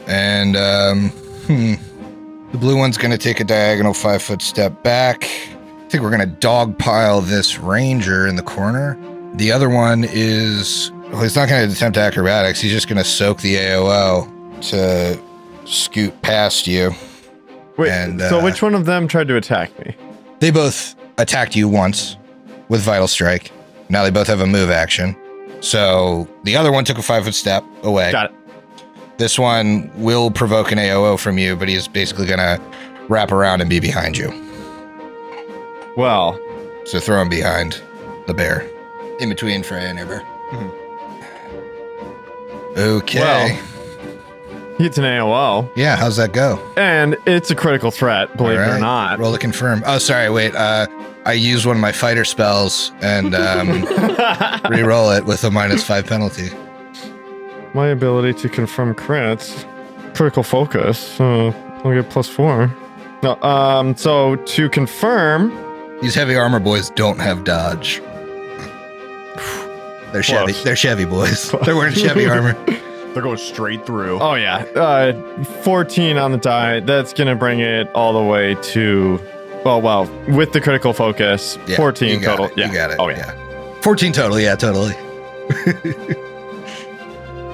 And um, hmm, the blue one's going to take a diagonal five foot step back. I think we're going to dogpile this ranger in the corner. The other one is, well, he's not going to attempt acrobatics. He's just going to soak the AOO to scoot past you. Wait. And, so uh, which one of them tried to attack me? They both attacked you once with Vital Strike. Now they both have a move action. So the other one took a five foot step away. Got it. This one will provoke an AOO from you, but he's basically going to wrap around and be behind you. Well, So throw him behind the bear. In between Freya and Eber. Okay. Mm-hmm. Well- it's an AOL, yeah, how's that go? and it's a critical threat. Believe it All right. or not. Roll to confirm. Oh, sorry, wait. Uh, I used one of my fighter spells and um, re-roll it with a minus five penalty. my ability to confirm crits, critical focus. So I'll get plus four. No. Um. So to confirm, These heavy armor boys don't have dodge. They're Chevy. Close. They're Chevy boys. They're wearing Chevy armor. They're going straight through. Oh yeah, uh, fourteen on the die. That's gonna bring it all the way to, well, well, with the critical focus, Yeah, fourteen you got total. it, Yeah, You got it. Oh yeah. Fourteen total. Yeah, totally.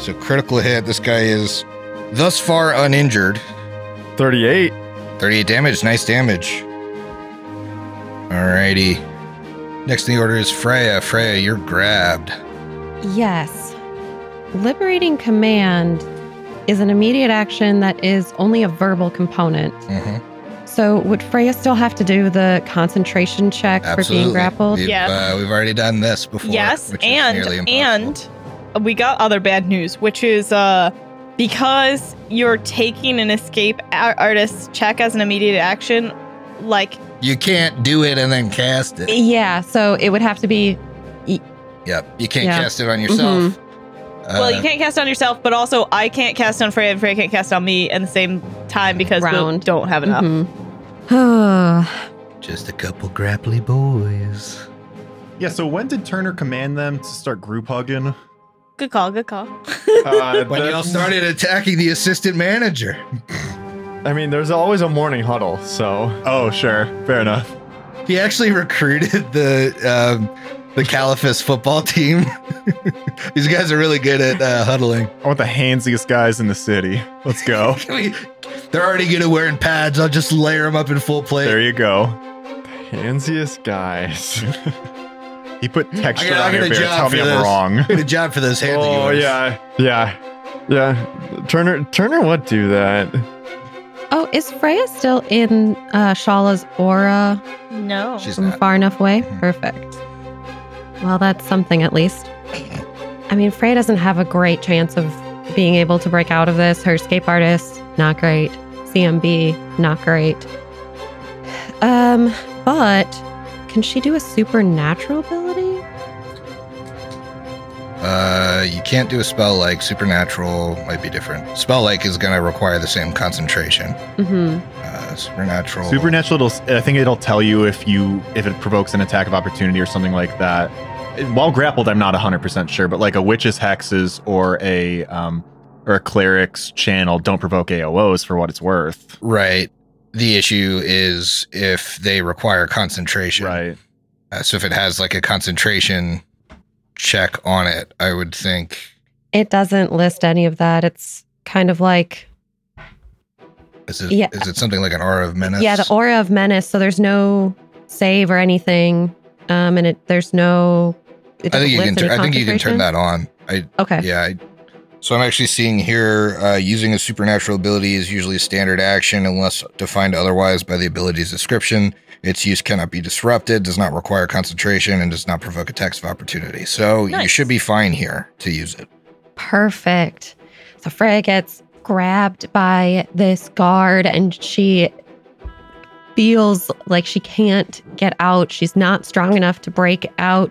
so critical hit. This guy is thus far uninjured. thirty-eight. 38 damage. Nice damage. Alrighty. Next in the order is Freya. Freya, you're grabbed. yes. Liberating command is an immediate action that is only a verbal component. Mm-hmm. So would Freya still have to do the concentration check for being grappled? We've, Yeah. uh, we've already done this before. yes, which is nearly and impossible. and we got other bad news, which is uh because you're taking an escape ar- artist check as an immediate action, like you can't do it and then cast it. Yeah, so it would have to be Yep. You can't Yeah. cast it on yourself. Mm-hmm. well, Uh, you can't cast on yourself, but also I can't cast on Freya, and Freya can't cast on me at the same time because we Round. don't have enough. mm-hmm. Mhm. Just a couple grapply boys. Yeah, so when did Turner command them to start group hugging? Good call, good call. Uh, When y'all started attacking the assistant manager. I mean, there's always a morning huddle, so Oh, sure. Fair enough. He actually recruited the um, the Caliphus football team. These guys are really good at uh, huddling. I want the handsiest guys in the city. Let's go. Can we- They're already good at wearing pads. I'll just layer them up in full plate. there you go. hansiest guys. He put texture I got on your a bear. job Tell me for I'm this. wrong. Good job for those hands. of oh yours. yeah, yeah, yeah. Turner, Turner, would do that? Oh, is Freya still in uh, Shala's aura No. She's from not. far enough away? Mhm. Perfect. Well, that's something at least. I mean, Freya doesn't have a great chance of being able to break out of this. Her escape artist, not great. CMB, not great. Um, but can she do a supernatural ability? Uh, you can't do a spell like supernatural. Might be different. Spell like is gonna require the same concentration. Mm-hmm. Uh, supernatural. Supernatural, it'll, I think it'll tell you if you if it provokes an attack of opportunity or something like that. While grappled, I'm not 100% sure, but like a witch's hexes or a um or a cleric's channel don't provoke AOs for what it's worth. Right. The issue is if they require concentration. Right. Uh, so if it has like a concentration check on it, I would think. It doesn't list any of that. It's kind of like Is it, Yeah. is it something like an aura of menace? Yeah, the aura of menace. So there's no save or anything, um, and it there's no It I think doesn't you can. lift Tur- any I think you can turn concentration? that on. I Okay. Yeah. I, so I'm actually seeing here uh, using a supernatural ability is usually a standard action unless defined otherwise by the ability's description. Its use cannot be disrupted, does not require concentration, and does not provoke attacks of opportunity. So you Nice. should be fine here to use it. Perfect. So Freya gets grabbed by this guard and she feels like she can't get out. She's not strong enough to break out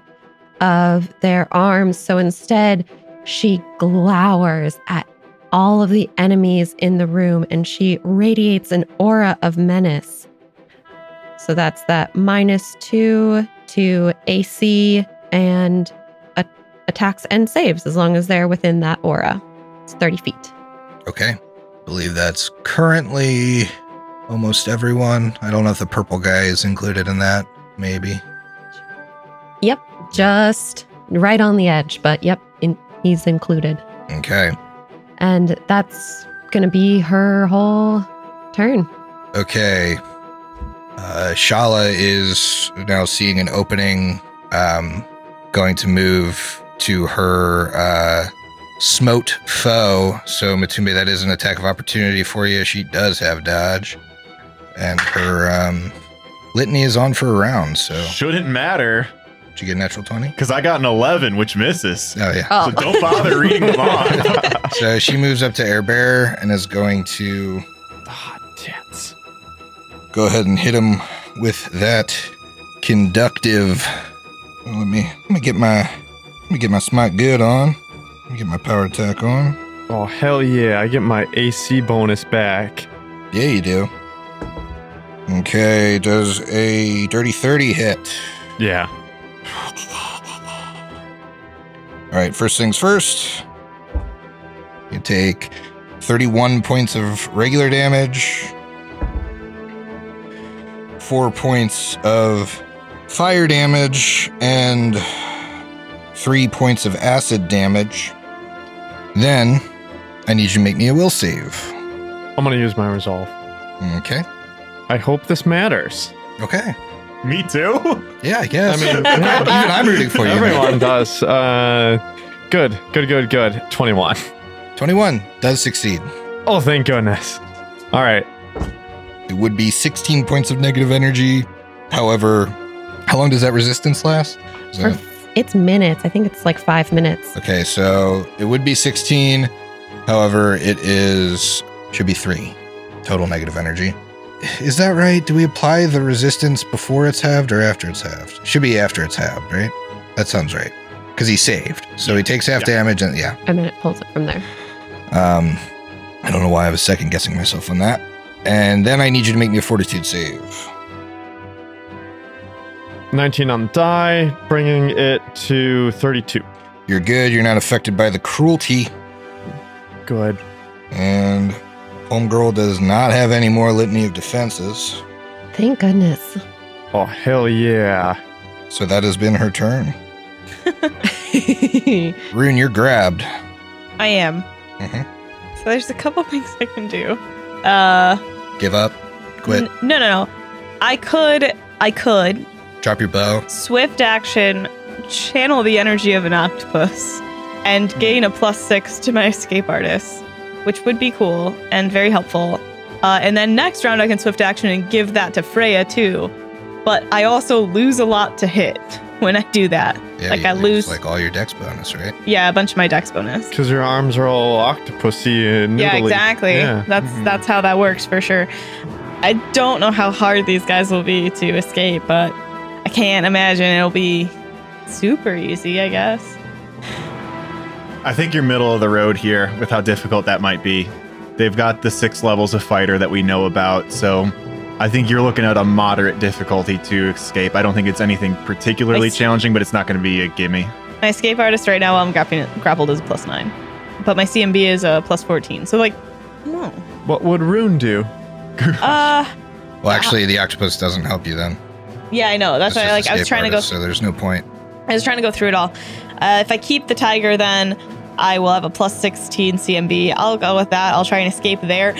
of their arms. So instead, she glowers at all of the enemies in the room and she radiates an aura of menace. So that's that minus two to AC and attacks and saves as long as they're within that aura. It's 30 feet. Okay. believe that's currently almost everyone. I don't know if the purple guy is included in that. Maybe. Just right on the edge, but yep, in, he's included. Okay. And that's going to be her whole turn. Okay. Uh, Shala is now seeing an opening, um, going to move to her uh, smote foe. So, Matumbe, that is an attack of opportunity for you. She does have dodge. And her um, litany is on for a round. So, Shouldn't matter did you get a natural 20? because I got an 11, which misses. Oh, yeah. So don't bother reading them on. So, she moves up to Air Bear and is going to Ah, tits. go ahead and hit him with that conductive. Well, let me let me get my let me get my smite good on. Let me get my power attack on. Oh, hell yeah. I get my AC bonus back. Yeah, you do. Okay, does a dirty thirty hit? Yeah. All right, first things first. You take thirty-one points of regular damage, four points of fire damage, and three points of acid damage. Then I need you to make me a will save. I'm going to use my resolve. Okay. I hope this matters. Okay. Me too. Yeah, I guess. I mean- even I'm rooting for you. man. Everyone does. Uh, good, good, good, good. 21. 21 does succeed. Oh, thank goodness. All right. It would be 16 points of negative energy. However, how long does that resistance last? Is Or that- f- it's minutes. I think it's like five minutes. okay, so it would be 16. However, it is should be 3 total negative energy. Is that right? Do we apply the resistance before it's halved or after it's halved? Should be after it's halved, right? That sounds right. Cuz he saved. So he takes half Yeah. damage and yeah. And then it pulls it from there. Um I don't know why I was second guessing myself on that. And then I need you to make me a fortitude save. 19 on the die, bringing it to 32. You're good. You're not affected by the cruelty. Good. And Homegirl does not have any more litany of defenses. Thank goodness. Oh, hell yeah. So that has been her turn. All Rune, you're grabbed. I am. Mhm. So there's a couple things I can do. Uh, Give up. Quit. n- no, no, no. I could, I could Drop your bow. swift action, channel the energy of an octopus, and gain a plus six to my escape artist, which would be cool and very helpful. Uh, and then next round, I can swift action and give that to Freya too. But I also lose a lot to hit when I do that. Yeah, Like, you I lose- like all your dex bonus, right? Yeah, a bunch of my dex bonus. Because your arms are all octopusy and noodly. Yeah, exactly. Yeah. That's Mm-hmm. Mhm. that's how that works for sure. I don't know how hard these guys will be to escape, but I can't imagine it'll be super easy, I guess. I think you're middle of the road here with how difficult that might be. They've got the six levels of fighter that we know about, so I think you're looking at a moderate difficulty to escape. I don't think it's anything particularly I see. challenging, but it's not going to be a gimme. My escape artist right now while I'm grappling, grappled is plus nine. But my CMB is a plus fourteen. So like no. What would Rune do? Uh Well, actually, the octopus doesn't help you then. yeah, I know. That's why It's just like I was escape trying artist, to So there's no point. go I was trying to go through it all. Uh, if I keep the tiger then I will have a plus 16 CMB. I'll go with that. I'll try and escape there.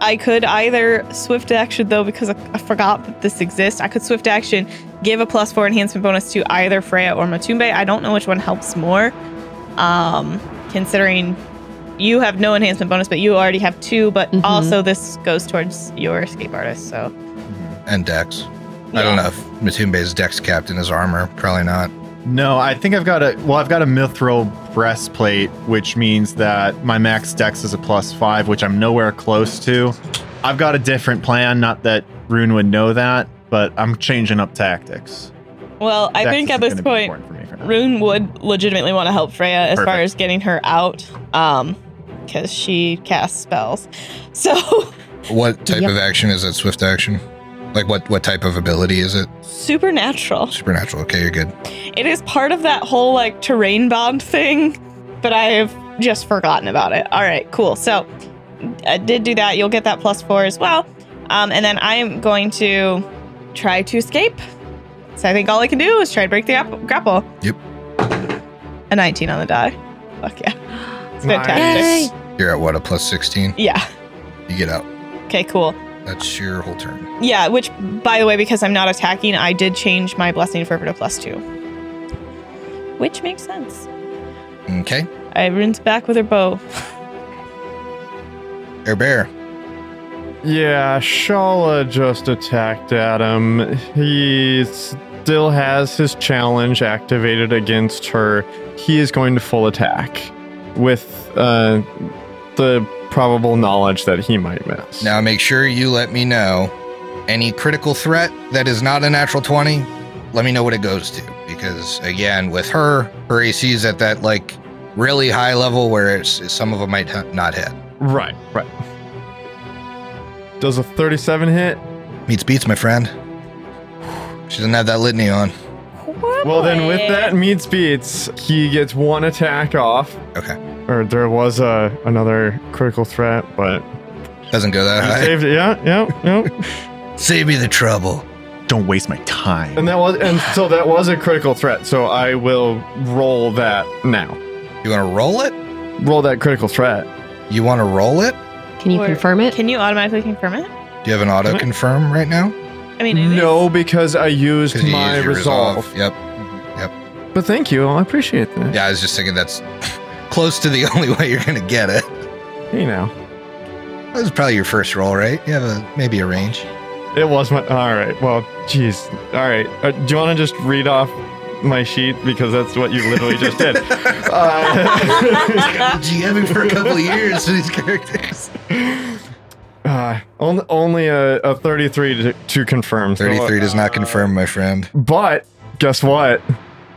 I could either swift action though because I, I forgot that this exists. I could swift action give a plus four enhancement bonus to either Freya or Matumbe. I don't know which one helps more, um, considering you have no enhancement bonus, but you already have two. But Mhm. also this goes towards your escape artist. So and Dex. I don't know if Matumbe's Dex capped in his armor. Probably not. No, I think I've got a well, I've got a mithril breastplate, which means that my max dex is a plus five, which I'm nowhere close to. I've got a different plan, not that Rune would know that, but I'm changing up tactics. Well, I Dex think at isn't this gonna be point, important for me for now. Rune would legitimately want to help Freya as far Perfect. as getting her out, um, because she casts spells. So What type Yep. of action is it? Swift action? Like what? What type of ability is it? supernatural. Supernatural. Okay, you're good. It is part of that whole like terrain bond thing, but I have just forgotten about it. All right, cool. So I did do that. You'll get that plus four as well. Um, and then I am going to try to escape. So I think all I can do is try to break the app- grapple. Yep. A 19 on the die. Fuck yeah. It's fantastic. Yay. You're at what a plus sixteen. Yeah. You get out. Okay, cool. That's your whole turn. Yeah, which, by the way, because I'm not attacking, I did change my Blessing Fervor to plus two. Which makes sense. Okay, I runs back with her bow. Air Bear. Yeah, Shala just attacked at him. He still has his challenge activated against her. He is going to full attack with uh, the probable knowledge that he might miss. Now make sure you let me know any critical threat that is not a natural twenty. Let me know what it goes to because again, with her, her AC is at that like really high level where it's, some of them might ha- not hit. Right, right. Does a 37 hit? Meets beats, my friend. She doesn't have that litany on. Well, then with that meets beats, he gets one attack off. Okay. Or there was a, another critical threat, but Doesn't go that he high. saved it. Yeah, yeah, yeah. Save me the trouble. Don't waste my time. And that was and so that was a critical threat. So I will roll that now. You want to roll it? Roll that critical threat. You want to roll it? Can you Or- confirm it? Can you automatically confirm it? Do you have an auto confirm right now? I mean, it is- No, because I used you my used your resolve. Yep. But thank you, I appreciate that. Yeah, I was just thinking that's close to the only way you're going to get it. You know, That was probably your first roll, right? You have a maybe a range. it was my. All right. Well, jeez. All right. Uh, do you want to just read off my sheet because that's what you literally just did? Uh, GMing for a couple of years for these characters. uh, on, only a, a 33 to, to confirm. So, uh, 33 does not confirm, my friend. But guess what?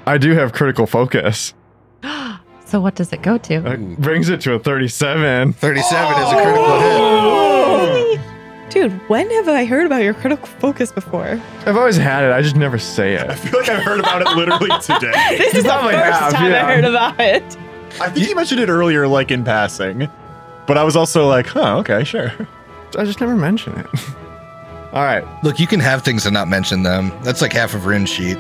I do have critical focus. so what does it go to? Ooh. It brings it to a 37. 37 is a critical hit. Dude, when have I heard about your critical focus before? I've always had it. I just never say I it. feel like I've heard about it literally today. This is the probably first have, time yeah. I heard about it. I think you mentioned it earlier, like in passing, but I was also like, huh, okay, sure. I just never mention it. All right. Look, you can have things and not mention them. That's like half of Rune Sheet.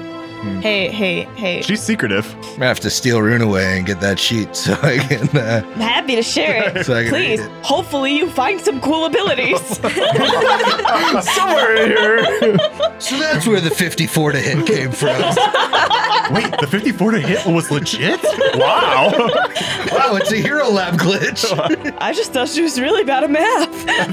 Hey, hey, hey. She's secretive. I'm going to have to steal Rune away and get that sheet so I can. Uh, I'm happy to share it. so I can read Please, it. hopefully you find some cool abilities. Somewhere in here. So that's where the 54 to hit came from. Wait, the 54 to hit was legit? Wow. Wow, it's a hero lab glitch. I just thought she was really bad at math.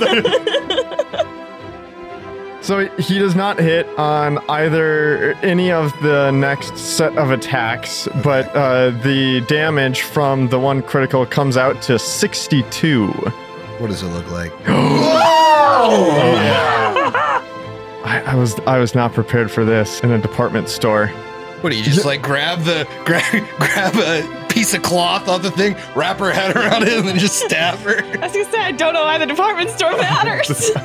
so he does not hit on either any of the next set of attacks, but uh, the damage from the one critical comes out to 62. what does it look like? I, I was I was not prepared for this in a department store. What do you just like grab the grab grab a piece of cloth off the thing, wrap her head around it, and then just stab her? As you said, I don't know why the department store matters.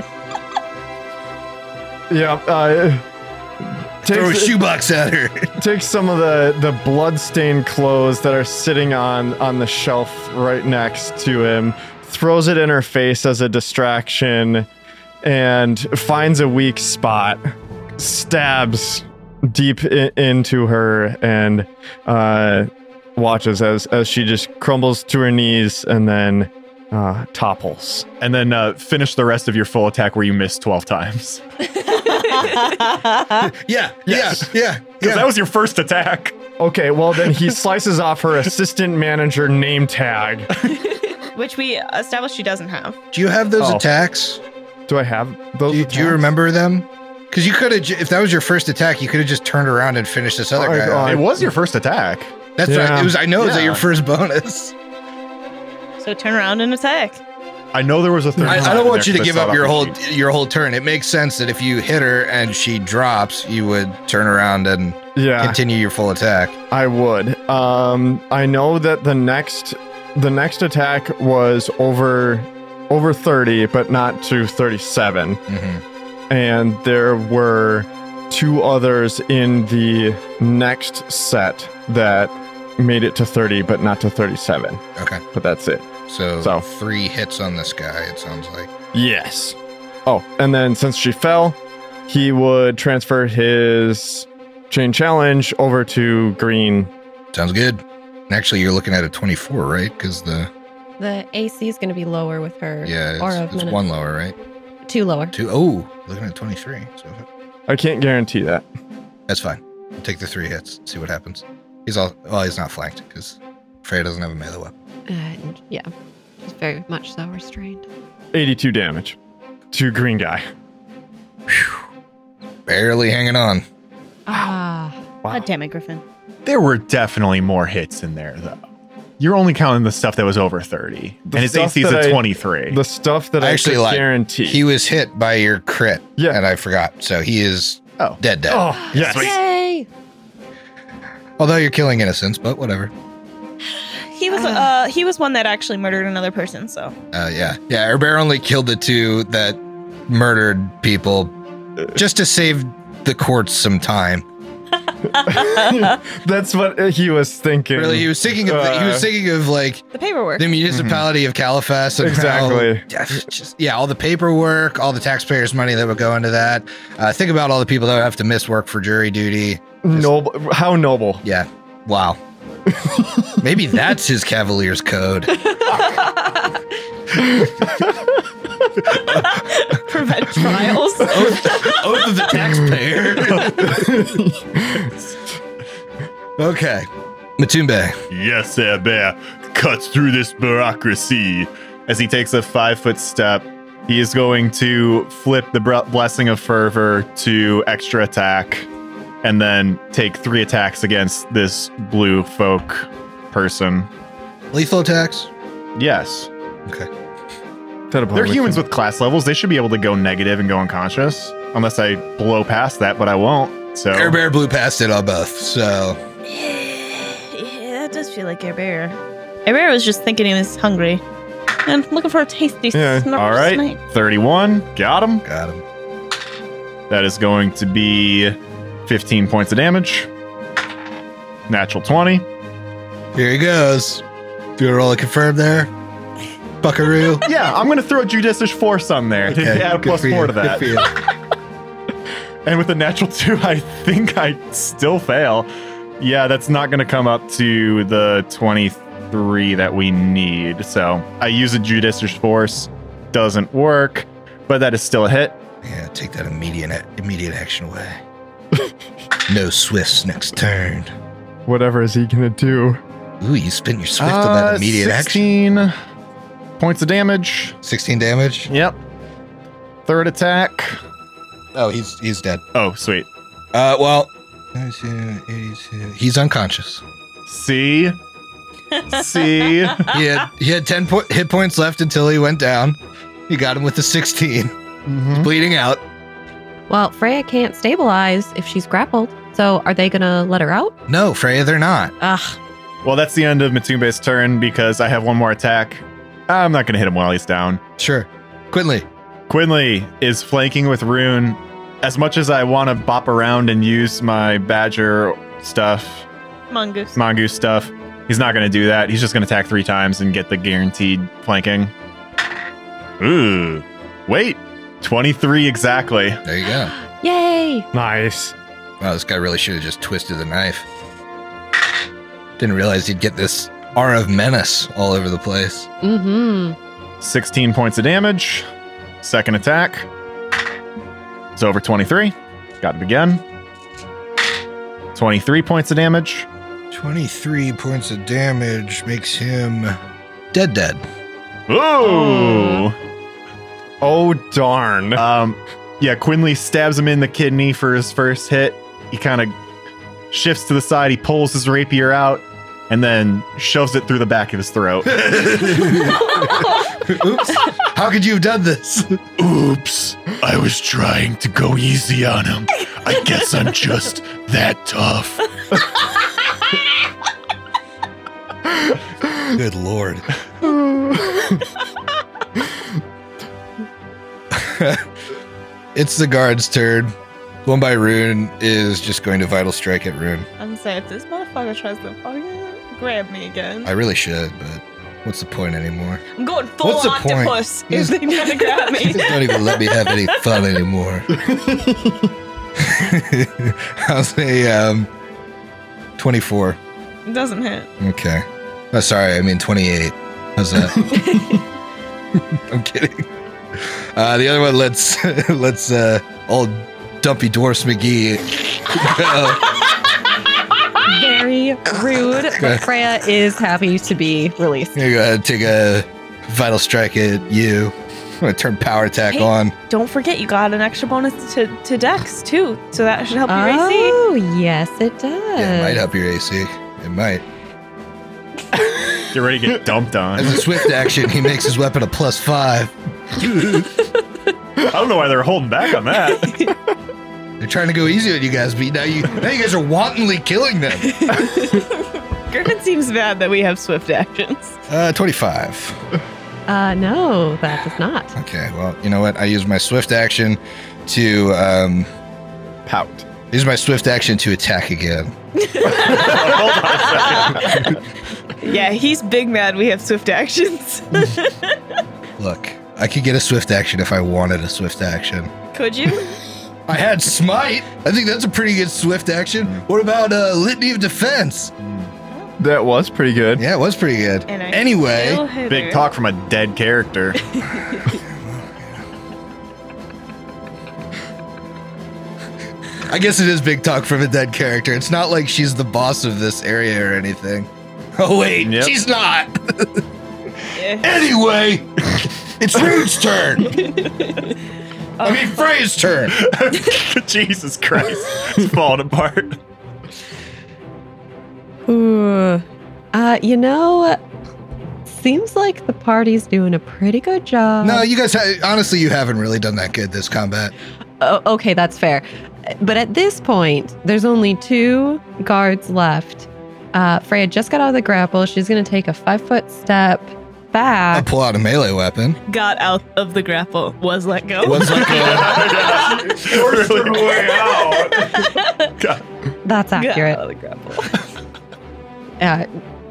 Yeah. Uh, takes- Throw a shoebox at her. takes some of the the bloodstained clothes that are sitting on on the shelf right next to him throws it in her face as a distraction and finds a weak spot stabs deep i- into her and uh watches as as she just crumbles to her knees and then uh, topples. and then uh, finish the rest of your full attack where you miss 12 times. Yeah, Yes. yeah, yeah, Because yeah. that was your first attack. Okay, well then he slices off her assistant manager name tag. Which we established she doesn't have. Do you have those Oh. attacks? Do I have those? Do you, do you attacks? remember them? Because you could have, if that was your first attack, you could have just turned around and finished this other Oh, guy. God. off. It was your first attack. That's what I, Yeah. it was. I know is that Yeah. your first bonus. So turn around and attack. I know there was a third. I, I time in don't want there you to 'cause give it's up not your off whole the sheet. your whole turn. It makes sense that if you hit her and she drops, you would turn around and Yeah. continue your full attack. I would. Um, I know that the next the next attack was over over 30, but not to 37. Mhm. And there were two others in the next set that made it to 30, but not to 37. Okay, But that's it. so, So. three hits on this guy. It sounds like. Yes. Oh, and then since she fell, he would transfer his chain challenge over to green. Sounds good. And actually, you're looking at a 24, right? Because the The AC is going to be lower with her. yeah, Or it's, of it's minute- one lower, right? Two lower. Two. Oh, looking at 23. So I can't guarantee that. That's fine. We'll take the three hits. See what happens. He's all. Well, he's not flanked because Freya doesn't have a melee weapon. Uh, yeah. She's very much so restrained. 82 damage to green guy. Barely hanging on. Ah. Wow. God damn it, Griffin. There were definitely more hits in there, though. You're only counting the stuff that was over 30. The and his stuff AC's that at I- 23. The stuff that I I, actually actually lied. guarantee. He was hit by your crit. Yeah. And I forgot. So he is Oh. dead dead. oh, yes. Yay! Although you're killing innocents, but whatever. He was uh he was one that actually murdered another person, so Uh, yeah. Yeah. Erbear only killed the two that murdered people just to save the courts some time. That's what he was thinking. Really, he was thinking of he Uh, was thinking of like the paperwork. the municipality of Califas and how- Exactly. Yeah, just- yeah, all the paperwork, all the taxpayers' money that would go into that. Uh, think about all the people that would have to miss work for jury duty. Noble. How noble. Yeah, wow. Maybe that's his Cavaliers code. Prevent trials. Oath of the taxpayer. okay, Matumbe. Yes, Air Bear cuts through this bureaucracy. As he takes a five foot step, he is going to flip the br- Blessing of Fervor to extra attack and then take three attacks against this blue folk person. Lethal attacks. Yes. That'll They're probably humans kill- with class levels. They should be able to go negative and go unconscious, unless I blow past that, but I won't. So Air Bear blew past it on both, so yeah, that does feel like Air Bear. Air Bear was just thinking he was hungry. And looking for a tasty Yeah, snarf all right. snipe. 31, got him. got him. That is going to be 15 points of damage. Natural 20. Here he goes. Do a roll to confirm there, Buckaroo. Yeah, I'm going to throw Judicious Force on there to Okay, add a good plus for you, four to good that. for you. And with a natural 2, I think I still fail. Yeah, that's not going to come up to the 23 that we need. So I use a Judicious Force. Doesn't work, but that is still a hit. Yeah, take that immediate immediate action away. no swifts next turn. Whatever is he gonna do? Ooh, you spent your swift on that Uh, immediate action. 16 points of damage. Sixteen damage. Yep. Third attack. Oh, he's he's dead. Oh, sweet. Uh, well, 92, 82. he's unconscious. See? See? He had he had ten po- hit points left until he went down. You got him with the sixteen, Mhm. bleeding out. Well, Freya can't stabilize if she's grappled. So are they going to let her out? No, Freya, they're not. Ugh. Well, that's the end of Matumbe's turn because I have one more attack. I'm not going to hit him while he's down. Sure, Quinley. Quinley is flanking with Rune. As much as I want to bop around and use my badger stuff, Mongoose. mongoose stuff, he's not going to do that. He's just going to attack three times and get the guaranteed flanking. Ooh. Wait. 23 exactly. There you go. Yay! Nice. Wow, this guy really should have just twisted the knife. Didn't realize he'd get this R of menace all over the place. Mm hmm. 16 points of damage. Second attack. It's over 23. Got it again. 23 points of damage. 23 points of damage makes him dead, dead. Ooh! Oh Uh, darn! Um, yeah, Quinley stabs him in the kidney for his first hit. He kind of shifts to the side. He pulls his rapier out and then shoves it through the back of his throat. Oops. How could you have done this? Oops, I was trying to go easy on him. I guess I'm just that tough. Good lord. it's the guard's turn. One by Rune is just going to vital strike at Rune. I'm saying if this motherfucker tries to fucking grab me again, I really should, but what's the point anymore? I'm going full What's the point? octopus if they try to grab me. They don't even let me have any fun anymore. I'll say um, 24. It doesn't hit. Okay. Oh, sorry, I mean 28. How's that? I'm kidding. Uh, the other one lets lets uh, old dumpy dwarfs McGee go. Very rude, but Freya is happy to be released. Here, go ahead and take a vital strike at you. I'm gonna turn power attack Hey. on. Don't forget, you got an extra bonus to, to Dex too, so that should help your AC. Oh, yes, it does. Yeah, it might help your AC. It might. Get ready to get dumped on. As a swift action, he makes his weapon a plus five. I don't know why they're holding back on that. They're trying to go easy on you guys, but now you now you guys are wantonly killing them. Griffin seems bad that we have swift actions. Uh, 25. Uh, no, that does not. Okay, well, you know what? I use my swift action to um, Pout. use my swift action to attack again. Yeah, he's big mad we have swift actions. Look, I could get a swift action if I wanted a swift action. Could you? I had smite. I think that's a pretty good swift action. What about uh, litany of defense? That was pretty good. Yeah, it was pretty good. I still Anyway, hit her. Big talk from a dead character. I guess it is big talk from a dead character. It's not like she's the boss of this area or anything. Oh wait, Yep. she's not. Yeah. Anyway, it's Rude's turn. I mean Freya's turn. Jesus Christ. It's falling apart. Ooh. Uh, you know, seems like the party's doing a pretty good job. No, you guys, ha- honestly, you haven't really done that good this combat. Oh, okay, that's fair. But at this point, there's only two guards left. Uh, Freya just got out of the grapple. She's going to take a five foot step I back. pull out a melee weapon. Got out of the grapple. Was let go. One's like a, Forced her way out. That's Got accurate. out of the grapple. Uh,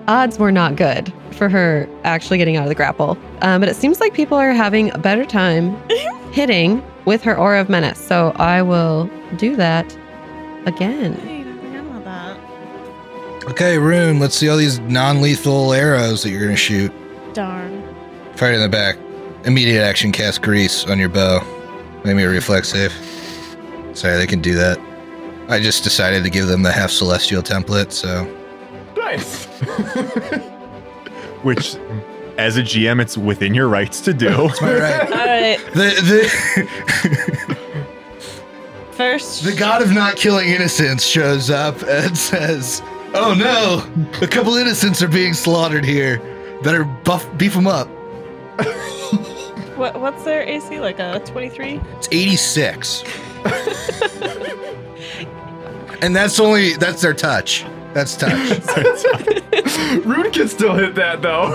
odds were not good for her actually getting out of the grapple. Um, but it seems like people are having a better time hitting with her aura of menace. So I will do that again. Hey, I forgot about that. okay, Rune, let's see all these non lethal arrows that you're going to shoot. Darn. Fire in the back. Immediate action cast grease on your bow. Make me a reflex save. Sorry, they can do that. I just decided to give them the half celestial template, so. Nice. Which, as a GM, it's within your rights to do. All right. All right. The, First. the, the god of not killing innocents shows up and says, Oh no, a couple innocents are being slaughtered here. Better buff, beef them up. What, what's their AC? Like a 23? It's 86. and that's only that's their touch. That's touch. Rude can still hit that though.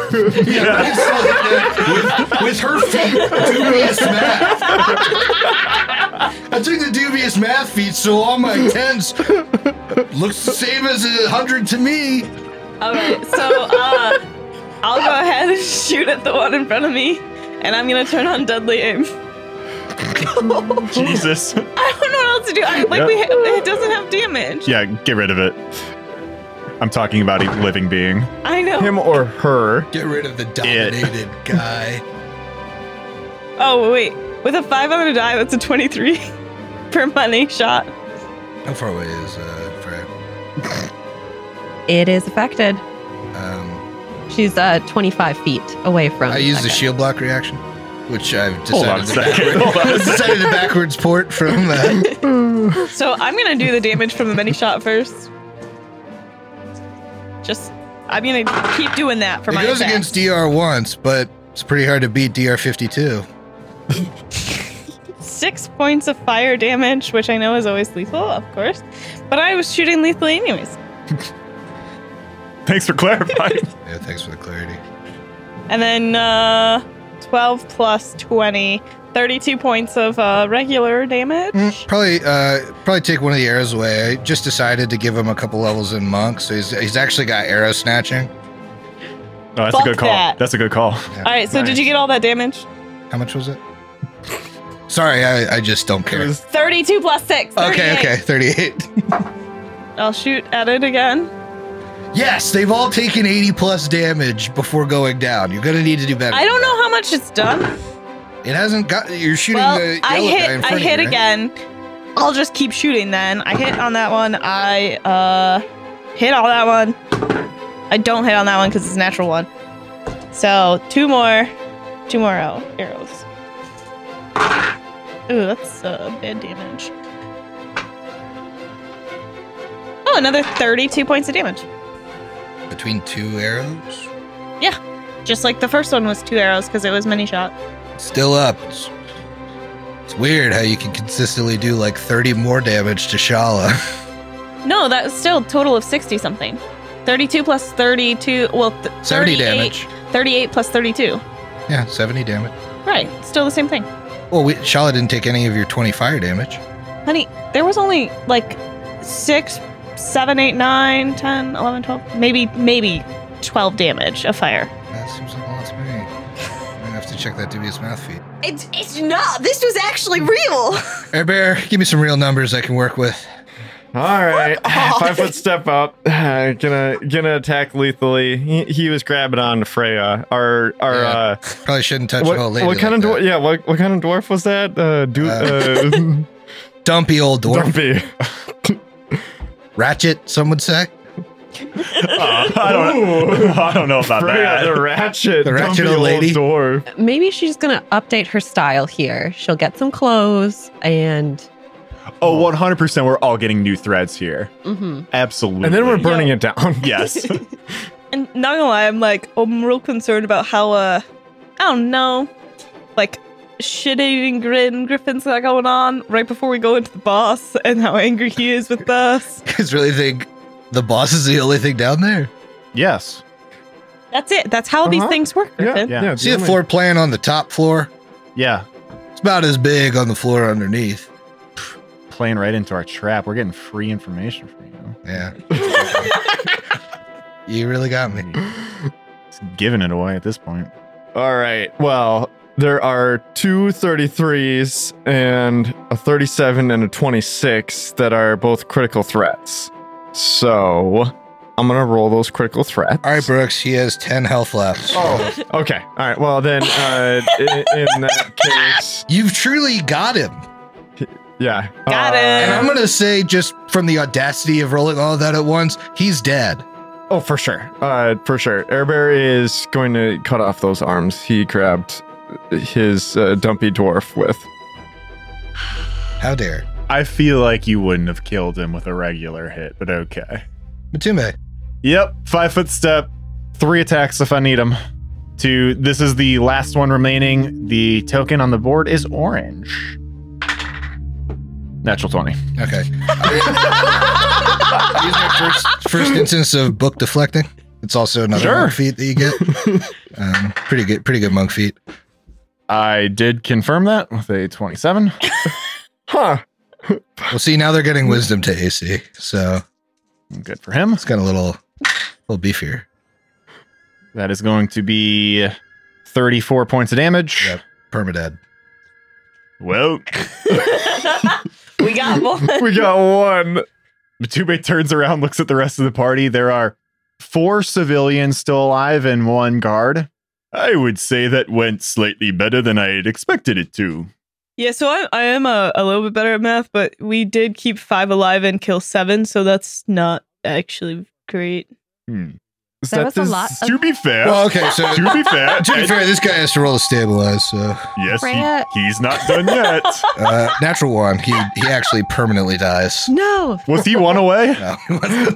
with, with her feet, dubious math. I took the dubious math feet, so all my tens looks the same as a hundred to me. All right. So uh, I'll go ahead and shoot at the one in front of me, and I'm gonna turn on deadly aim. Jesus. I don't know what else to do. I, like we, it doesn't have damage. Yeah, get rid of it. I'm talking about a living being. I know. Him or her. Get rid of the dominated guy. Oh, wait. With a 5 I'm going to die. That's a 23 per money shot. How far away is uh, Freya? It is affected. Um, She's uh 25 feet away from. I use the Becca. shield block reaction, which I've Hold on decided, a to, second. backward- Hold on a decided to backwards port from. Uh, So I'm going to do the damage from the mini shot first. Just, I'm going to keep doing that for it my goes attack. against DR once, but it's pretty hard to beat DR fifty two. six points of fire damage, which I know is always lethal, of course. But I was shooting lethally anyways. Thanks for clarifying. Yeah, thanks for the clarity. And then uh, 12 plus 20, 32 points of uh, regular damage. Mm, Probably, uh, probably take one of the arrows away. I just decided to give him a couple levels in monk, so he's, he's actually got arrow snatching. No, that's Fuck a good call. that. That's a good call. All right, so did Nice. you get all that damage? How much was it? Sorry, I, I just don't care. 32 plus 6. Okay, 38. okay, thirty-eight. I'll shoot at it again. Yes, they've all taken eighty plus damage before going down. You're gonna need to do better. I don't know how much it's done. It hasn't got. You're shooting Well, the yellow I guy in hit front I of you, hit right? again. I'll just keep shooting then. I hit on that one. I uh hit on that one. I don't hit on that one because it's a natural one. So two more, two more arrow- arrows. Ooh, that's uh, bad damage. Oh, another 32 points of damage. Between two arrows, Just like the first one was two arrows because it was mini shot. still up. It's, it's weird how you can consistently do like thirty more damage to Shala. No, that was still a total of 60 something. 32 plus 32, well, th- Seventy 38 damage. 38 plus 32. Yeah, seventy damage. Right. Still the same thing. Well, we, Shala didn't take any of your twenty fire damage. Honey, there was only like six, seven, eight, nine, ten, eleven, twelve, maybe, maybe 12 damage of fire. That seems like a lot to me. I have to check that dubious math feed. It's, it's not. This was actually real. Air Bear, give me some real numbers I can work with. All right, off. five foot step up. Uh, gonna gonna attack lethally. He, he was grabbing on to Freya. Our our Yeah, uh, Probably shouldn't touch what, an old lady. what kind like of dwarf? that. Yeah, what, what kind of dwarf was that? Uh, du- uh, Dumpy old dwarf. dumpy. Ratchet, some would say. Uh, I don't. I don't know about Freya, the that. ratchet, The ratchet dumpy old lady. dwarf. Maybe she's gonna update her style here. She'll get some clothes and. Oh, 100. percent We're all getting new threads here. mhm. Absolutely. And then we're burning it down. Yes. And not gonna lie, I'm like, I'm real concerned about how, uh, I don't know, like, shit eating grin Griffin's got going on right before we go into the boss and how angry he is with us. Because really think the boss is the only thing down there. yes. That's it. That's how these Uh-huh. things work, Yeah, Griffin. yeah. Yeah. See the only- floor plan on the top floor? Yeah. It's about as big on the floor underneath. Playing right into our trap. We're getting free information from you. Yeah. you really got me. It's giving it away at this point. All right. Well, there are two 33s and a 37 and a 26 that are both critical threats. So I'm going to roll those critical threats. All right, Brooks, he has 10 health left. Oh, okay. All right. Well, then uh, in, in that case, You've truly got him. yeah. Got Uh, And I'm it. going to say, just from the audacity of rolling all that at once, he's dead. Oh, for sure. Uh, for sure. Airbear is going to cut off those arms he grabbed his uh, dumpy dwarf with. How dare. I feel like you wouldn't have killed him with a regular hit, but okay. Matume. Yep, five foot step, three attacks if I need them. To this is the last one remaining. The token on the board is orange. Natural twenty. Okay. Here's my first, first instance of book deflecting. It's also another Sure. monk feat that you get. Um, pretty good, pretty good monk feat. I did confirm that with a twenty-seven. Huh. Well, see, now they're getting wisdom to AC, so Good for him. it's got a little, little beefier. That is going to be thirty-four points of damage. Yep. Permadead. Well, we got one. We got one. Matube turns around, looks at the rest of the party. There are four civilians still alive and one guard. I would say that went slightly better than I had expected it to. Yeah, so I, I am a, a little bit better at math, but we did keep five alive and kill seven, so that's not actually great. Hmm. Is There was a this- lot of- To be fair, Well, okay, so to be fair, to be Ed- fair, this guy has to roll to stabilize. So yes, Freya- he, he's not done yet. uh, natural one, he he actually permanently dies. No. Was he one away? No.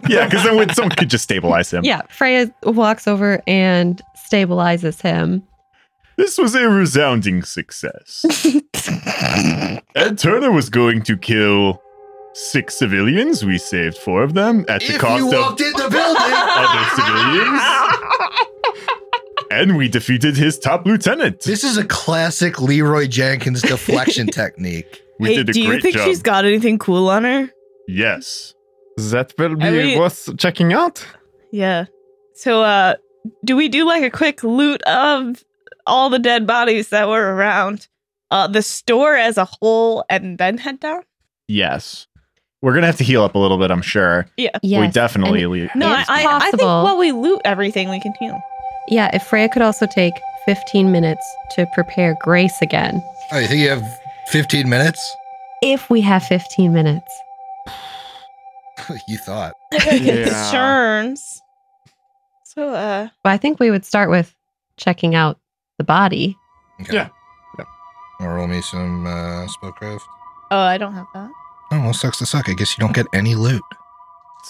yeah, because then when someone could just stabilize him. Yeah, Freya walks over and stabilizes him. This was a resounding success. Ed Turner was going to kill six civilians. We saved four of them at the cost of in the building, other civilians. and we defeated his top lieutenant. this is a classic Leroy Jenkins deflection technique. We Hey, did a do great you think job. she's got anything cool on her? yes. That will be I mean- worth checking out. Yeah. So, uh, do we do like a quick loot of all the dead bodies that were around, uh, the store as a whole, and then head down? Yes. We're gonna have to heal up a little bit, I'm sure. Yes. We definitely and- leave. No, I, It's I, I think possible. while we loot everything, we can heal. Yeah, if Freya could also take 15 minutes to prepare Grace again. Oh, you think you have 15 minutes? If we have 15 minutes. you thought. Yeah. Concerns. So, uh, But I think we would start with checking out the body. Okay. Yeah. Wanna roll me some uh, spellcraft. oh, I don't have that. Oh, well, sucks to suck. I guess you don't get any loot.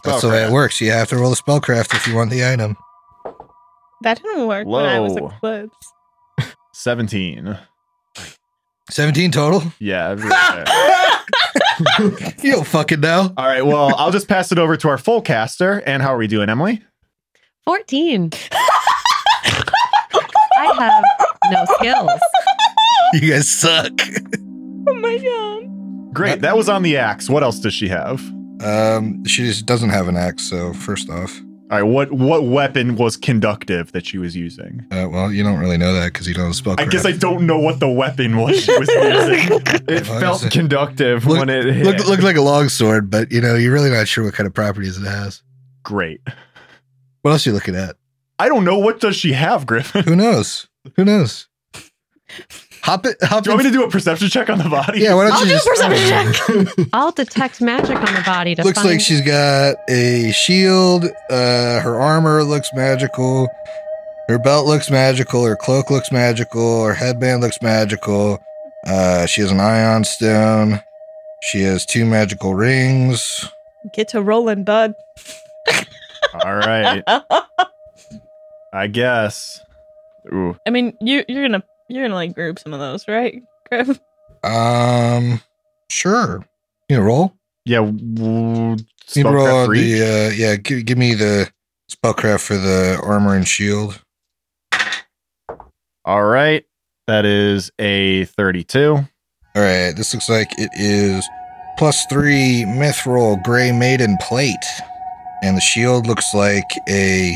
That's the way it Spellcraft. works. You have to roll a spellcraft if you want the item. That didn't work when I was Low. eclipsed. Seventeen. 17 total? Yeah. every- yeah. You don't fucking know. All right. Well, I'll just pass it over to our full caster. And how are we doing, Emily? 14. I have no skills. You guys suck. Oh my god. Great. That was on the axe. What else does she have? Um, she just doesn't have an axe, so first off. All right. What what weapon was conductive that she was using? Uh, well, you don't really know that because you don't have spellcraft. I guess I don't know what the weapon was she was using. It Well, felt it's a- conductive Look- when it hit. Looked, looked like a longsword, but you know, you're really not sure what kind of properties it has. Great. What else are you looking at? I don't know. What does she have, Griffin? Who knows? Who knows? Hop it. Hop Do you want in- me to do a perception check on the body? Yeah, why don't I'll you do a just perception I'll detect magic on the body to Looks find like she's got a shield. Uh, her armor looks magical. Her belt looks magical. Her cloak looks magical. Her headband looks magical. Uh, she has an ion stone. She has two magical rings. Get to rolling, bud. All right. I guess. Ooh. I mean, you you're gonna you're gonna like group some of those, right, Griff? Um, sure. You know, roll. Yeah. w- You can roll spellcraft on reach. the uh, yeah. Give, give me the spellcraft for the armor and shield. All right. That is a 32. All right. This looks like it is plus three mithril gray maiden plate, and the shield looks like a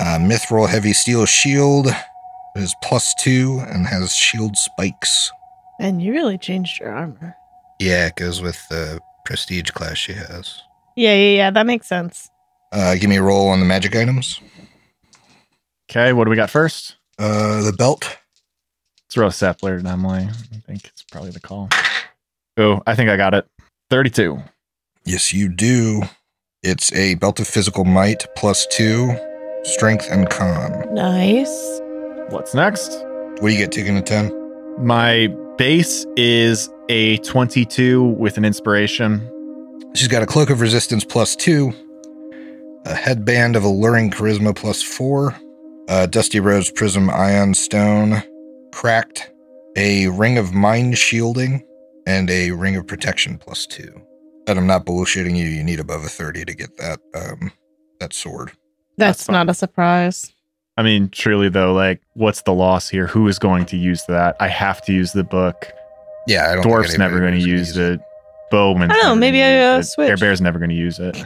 uh, mithril heavy steel shield. It is plus two and has shield spikes. And you really changed your armor. Yeah, it goes with the prestige class she has. Yeah, yeah, yeah. That makes sense. Uh, give me a roll on the magic items. Okay. What do we got first? Uh, the belt. Let's roll a Sapler and Emily. I think it's probably the call. Oh, I think I got it. 32. Yes, you do. It's a belt of physical might plus two, strength and con. Nice. What's next? What do you get taken to ten? My base is a 22 with an inspiration. She's got a cloak of resistance plus two, a headband of alluring charisma plus four, a dusty rose prism ion stone, cracked, a ring of mind shielding, and a ring of protection plus two. And I'm not bullshitting you. You need above a thirty to get that um, that sword. That's, That's fine. not a surprise. I mean, truly though, like, what's the loss here? Who is going to use that? I have to use the book. Yeah, I don't. think Dwarf's never going anybody's to gonna use it. Bowman's I don't know, never maybe gonna I, use uh, it. switch. Air Bear's never going to use it.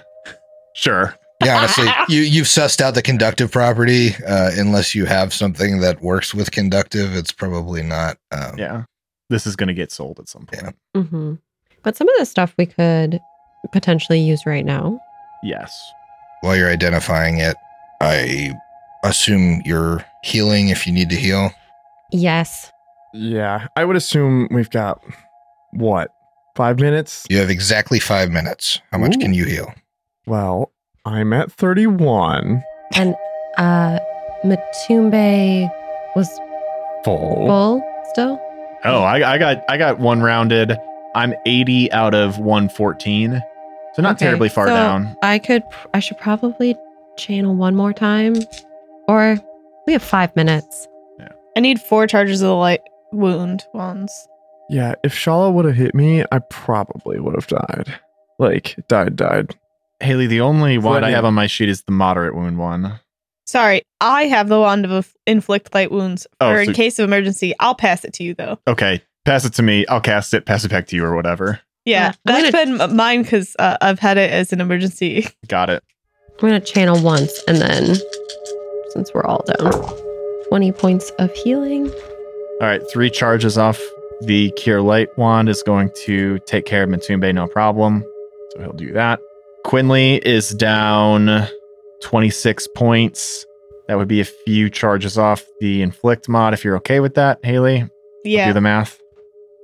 Sure. Yeah, honestly, you you've sussed out the conductive property. Uh, unless you have something that works with conductive, it's probably not. Um, Yeah. This is going to get sold at some point. Yeah. hmm But some of the stuff we could potentially use right now. Yes. While you're identifying it, I assume you're healing if you need to heal. Yes. Yeah, I would assume we've got what five minutes. You have exactly five minutes. How much Ooh. can you heal? Well, I'm at 31. Uh, Matumbe was Full. full still. Oh, I, I got I got one rounded. I'm 80 out of 114, so not Okay, terribly far so down. I could. I should probably channel one more time, or we have five minutes. I need four charges of the light wound ones. Yeah, if Shala would have hit me, I probably would have died. Like, died, died. Haley, the only wand I Plenty. have on my sheet is the moderate wound one. Sorry, I have the wand of inflict light wounds Oh, for in so- case of emergency. I'll pass it to you though. Okay, pass it to me. I'll cast it. Pass it back to you or whatever. Yeah, Yeah, I'm that's been mine because uh, I've had it as an emergency. Got it. I'm gonna channel once, and then since we're all down, twenty points of healing. All right, three charges off the Cure Light wand is going to take care of Matumbe, no problem. So he'll do that. Quinley is down 26 points. That would be a few charges off the inflict mod if you're okay with that, Haley. Do Yeah, the math.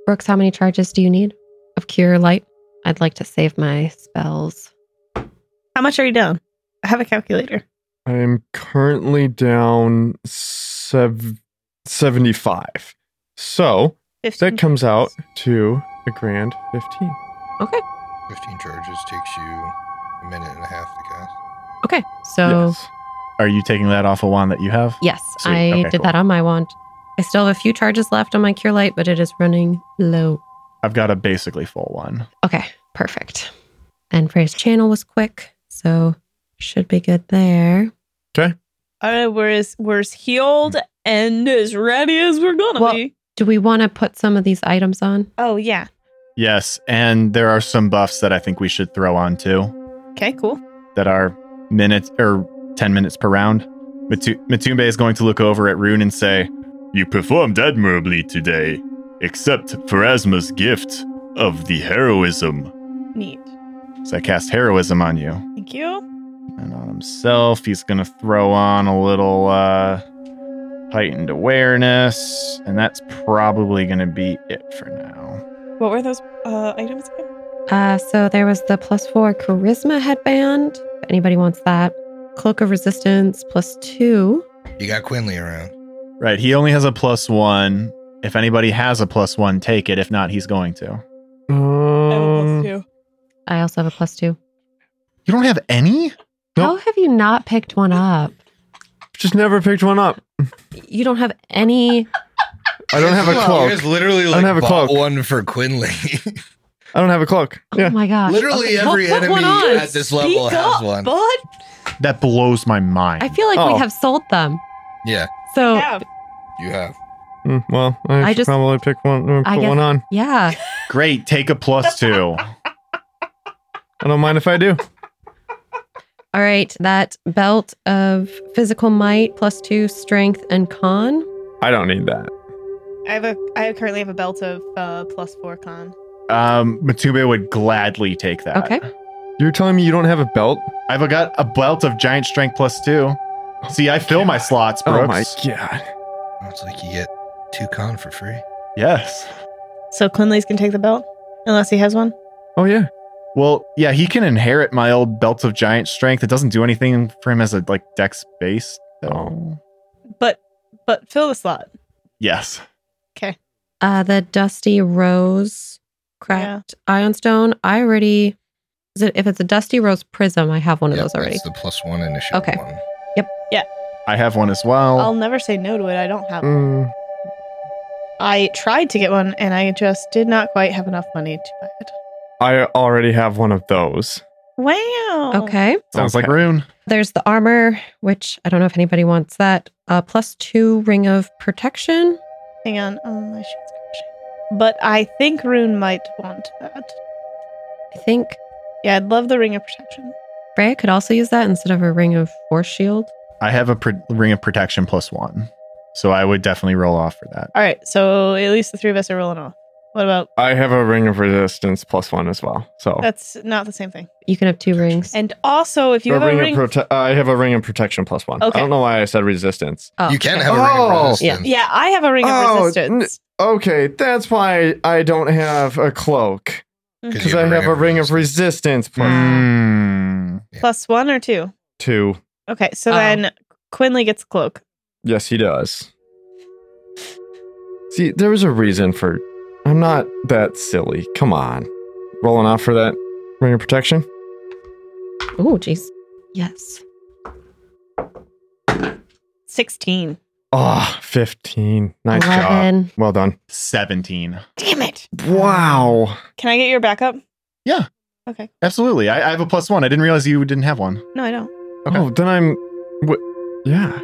Brooks, how many charges do you need of cure light? I'd like to save my spells. how much are you down? I have a calculator. I am currently down sev- 75. So, that comes out to a grand 15. 15 charges takes you a minute and a half to cast. Okay, so Yes. Are you taking that off a wand that you have? yes, Sweet. I Okay, did cool. that on my wand. I still have a few charges left on my cure light, but it is running low. I've got a basically full one. Okay, perfect. And Freya's channel was quick, so should be good there. All right, we're as we're as healed and as ready as we're gonna Well- be. Do we want to put some of these items on? Oh yeah. Yes, and there are some buffs that I think we should throw on too Okay, cool. that are minutes or 10 minutes per round. Matu- Matumbe is going to look over at Rune and say, You performed admirably today, except for Asma's gift of the heroism. Neat. So I cast heroism on you. Thank you. And on himself, he's going to throw on a little uh, heightened awareness. And that's probably going to be it for now. What were those uh, items? again? Uh, so there was the plus four charisma headband. If anybody wants that, cloak of resistance plus two. You got Quinley around. Right. He only has a plus one. If anybody has a plus one, take it. If not, he's going to. Um, I have a plus two. I also have a plus two. You don't have any? How have you not picked one up? just never picked one up. You don't have any. I don't have a Well, cloak. there's literally like don't have a bought cloak. one for Quinley. I don't have a cloak. Oh Yeah. my gosh! literally Okay, well, every put enemy one on. at this level Speak has up, one. bud. That blows my mind. I feel like Oh. we have sold them. Yeah, So yeah, Yeah. you have. Mm, well, I, I should just- probably pick one. uh, Put I guess- one on. Great. Take a plus two. I don't mind if I do. all right. That belt of physical might plus two strength and con. I don't need that. I have a. I currently have a belt of uh, plus four con. um, Matube would gladly take that. Okay. You're telling me you don't have a belt? I've got a belt of giant strength plus two. See, I fill my slots, Brooks. Oh my god. It's like you get two con for free. Yes. So Quinley's can take the belt unless he has one. Oh yeah. Well, yeah, he can inherit my old belt of giant strength. It doesn't do anything for him as a like dex base. though. But but fill the slot. Yes. Uh, the dusty rose cracked ion stone. I already. Is it, if it's a dusty rose prism, I have one of Yep, those already. That's the plus one initiative. Okay. One. I have one as Oh. well. I'll never say no to it. I don't have. one. Mm, I tried to get one and I just did not quite have enough money to buy it. I already have one of those. Wow. Okay. Sounds like Okay. Rune. There's the armor, which I don't know if anybody wants that. Uh, plus two ring of protection. Hang on. Oh, my shit's crashing. But I think Rune might want that. I think Yeah, I'd love the Ring of Protection. Freya could also use that instead of a ring of force shield. I have a pr- ring of protection plus one. So I would definitely roll off for that. All right, so at least the three of us are rolling off. What about I have a ring of resistance plus one as well. So that's not the same thing. You can have two rings. And also, if you Or have a ring ring, of prote- I have a ring of protection plus one. Okay. I don't know why I said resistance. Oh, you can okay. have a ring Oh. of resistance. yeah, I have a ring Oh, of resistance. Okay, that's why I don't have a cloak because I have a ring of resistance plus Hmm. Plus one or two. two. Okay, so Oh. then Quinley gets a cloak. Yes, he does. See, there was a reason for. I'm not that silly. Come on, rolling off for that ring of protection. Oh, jeez. Yes. Sixteen. Ah, 15. Nice job. Eleven. Well done. 17. Damn it! Wow. Can I get your backup? Absolutely. I, I have a plus one. I didn't realize you didn't have one. No, I don't. Okay. Oh, then I'm. What? Yeah.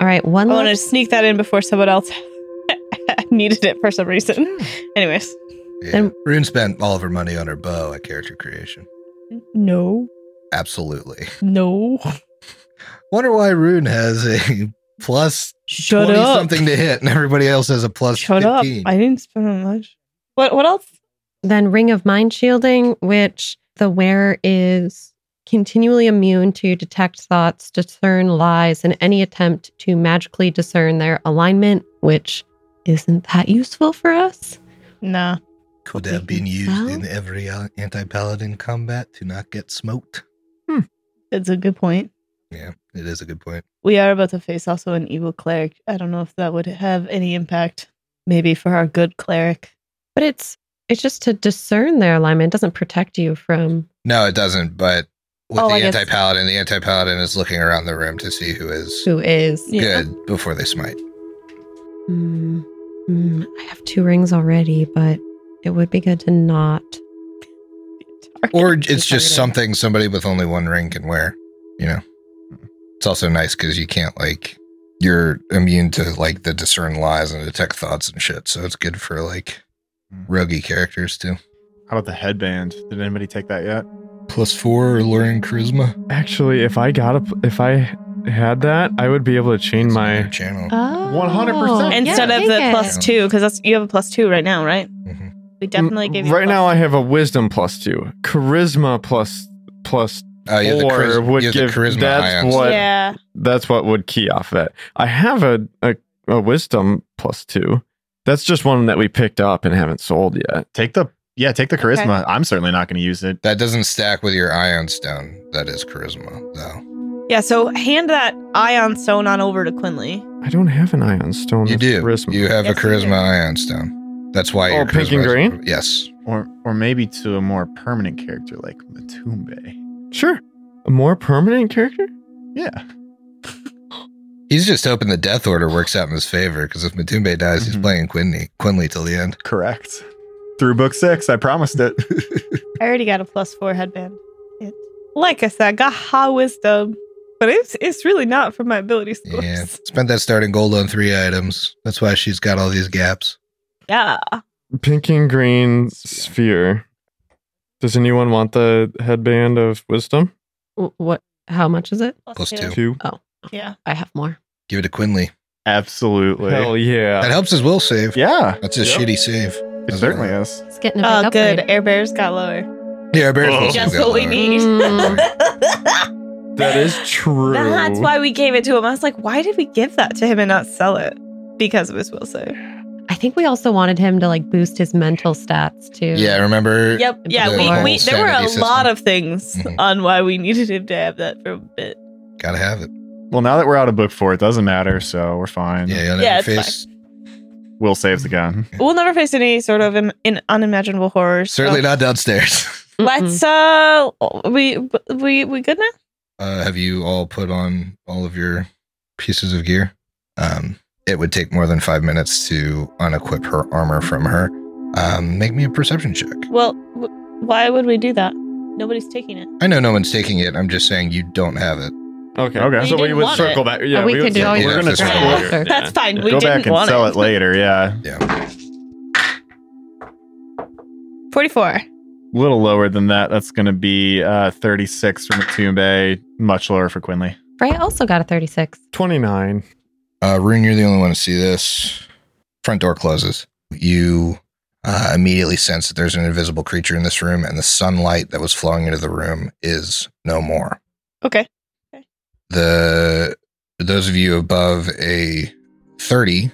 All right. One. I left. wanted to sneak that in before someone else needed it for some reason. Hmm. Anyways, Yeah. And- Rune spent all of her money on her bow at character creation. no, Absolutely. no. Wonder why Rune has a plus Shut 20 up! something to hit and everybody else has a plus Shut 15. up! I didn't spend that much. What? What else? Then Ring of Mind Shielding, which the wearer is continually immune to detect thoughts, discern lies, and any attempt to magically discern their alignment, which isn't that useful for us. Nah. Could have been used in every uh, anti paladin combat to not get smoked. That's a good point. Yeah, it is a good point. We are about to face also an evil cleric. I don't know if that would have any impact, maybe for our good cleric. But it's it's just to discern their alignment. It doesn't protect you from No, it doesn't, but with Oh, the I guess- anti paladin, the anti paladin is looking around the room to see who is who is. good before they smite. Hmm. Hmm. I have two rings already, but it would be good to not. Or Be it's just targeted. something somebody with only one ring can wear, you know? It's also nice because you can't, like, you're immune to, like, the discern lies and detect thoughts and shit. So it's good for, like, roguey characters, too. How about the headband? Did anybody take that yet? Plus four alluring charisma. Actually, if I got a, if I had that, I would be able to chain Your my. channel. Oh, 100%. Instead yeah, of take the it. plus two, because that's you have a plus two right now, right? Mhm. We definitely gave you Mm, Right plus- now, I have a wisdom plus two, charisma plus plus. Oh, you have the, Or charis- would you have the give- charisma that's ion. what- But- yeah. That's what would key off that. I have a, a a wisdom plus two. That's just one that we picked up and haven't sold yet. Take the yeah, take the charisma. I'm certainly not going to use it. That doesn't stack with your ion stone. That is charisma, though. Yeah, so hand that ion stone on over to Quinley. I don't have an ion stone. You that's do. charisma. You have Yes, a you do. charisma ion stone. That's why Oh, your pink and charisma is- green? Yes. Or or maybe to a more permanent character like Matumbe. sure a more permanent character. Yeah. He's just hoping the death order works out in his favor because if Matumbe dies, he's Mhm. playing Quinley, Quinley till the end. Correct. Through book six, I promised it. I already got a plus four headband. It, like I said, I got high wisdom, but it's it's really not for my ability scores. Yeah. Spent that starting gold on three items. That's why she's got all these gaps. Yeah. Pink and green Sphere. sphere. Does anyone want the headband of wisdom? Wh- What? How much is it? Plus two. Two. Yeah. I have more. Give it to Quinley. Absolutely. Hell That yeah. helps his will save. Uh, yeah. That's his shitty save. It certainly is. It's getting a big Oh, upgrade. good. Air bears got lower. Yeah, Bear's Oh. will Just save got what we lower. need. Mm, That is true. That's why we gave it to him. I was like, why did we give that to him and not sell it? Because of his will save. I think we also wanted him to like boost his mental stats too. Yeah, remember? Yep. The Yeah. whole We, we there were a sanity lot system. of things Mhm. on why we needed him to have that for a bit. Gotta have it. Well, now that we're out of book four, it doesn't matter, so we're fine. Yeah, you'll never Yeah, it's face. Will saves the gun. We'll never face any sort of im- in unimaginable horrors. so- Certainly not downstairs. Mm-mm. Let's uh, we we we good now? Uh, have you all put on all of your pieces of gear? Um, it would take more than five minutes to unequip her armor from her. Um, make me a perception check. Well, w- why would we do that? Nobody's taking it. I know no one's taking it. I'm just saying you don't have it. Okay. Okay. So We we didn't would want circle it. back. Yeah, Or we could would- always we're gonna just circle grab it later. after. Yeah. That's fine. We Go didn't back and want sell it. it later. Yeah. Forty-four. A little lower than that. That's going to be uh, 36 from Matumbe, much lower for Quinley. Freya also got a 36. 29. Uh, Rune, you're the only one to see this. Front door closes. You uh, immediately sense that there's an invisible creature in this room, and the sunlight that was flowing into the room is no more. Okay. The those of you above a thirty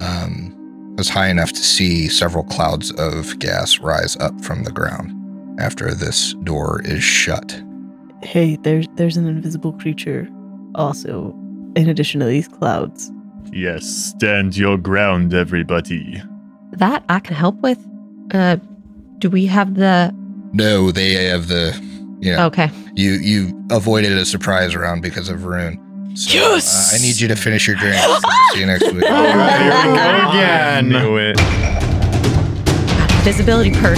um, was high enough to see several clouds of gas rise up from the ground after this door is shut. Hey, there's there's an invisible creature also in addition to these clouds. Yes, stand your ground, everybody. That I can help with. Uh, do we have the? No, they have the you know Okay. you you avoided a surprise round because of Rune. So, Yes! uh, I need you to finish your drink. See you next week. Here we go God, again. Knew it. Visibility perk.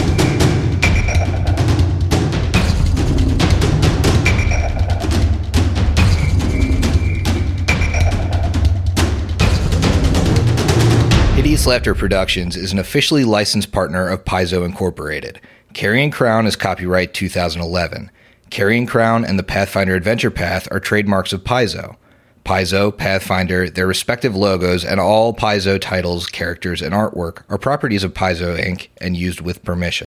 Hideous Laughter Productions is an officially licensed partner of Paizo Incorporated. Carrying Crown is copyright 2011. Carrying Crown and the Pathfinder Adventure Path are trademarks of Paizo. Paizo, Pathfinder, their respective logos, and all Paizo titles, characters, and artwork are properties of Paizo Inc. and used with permission.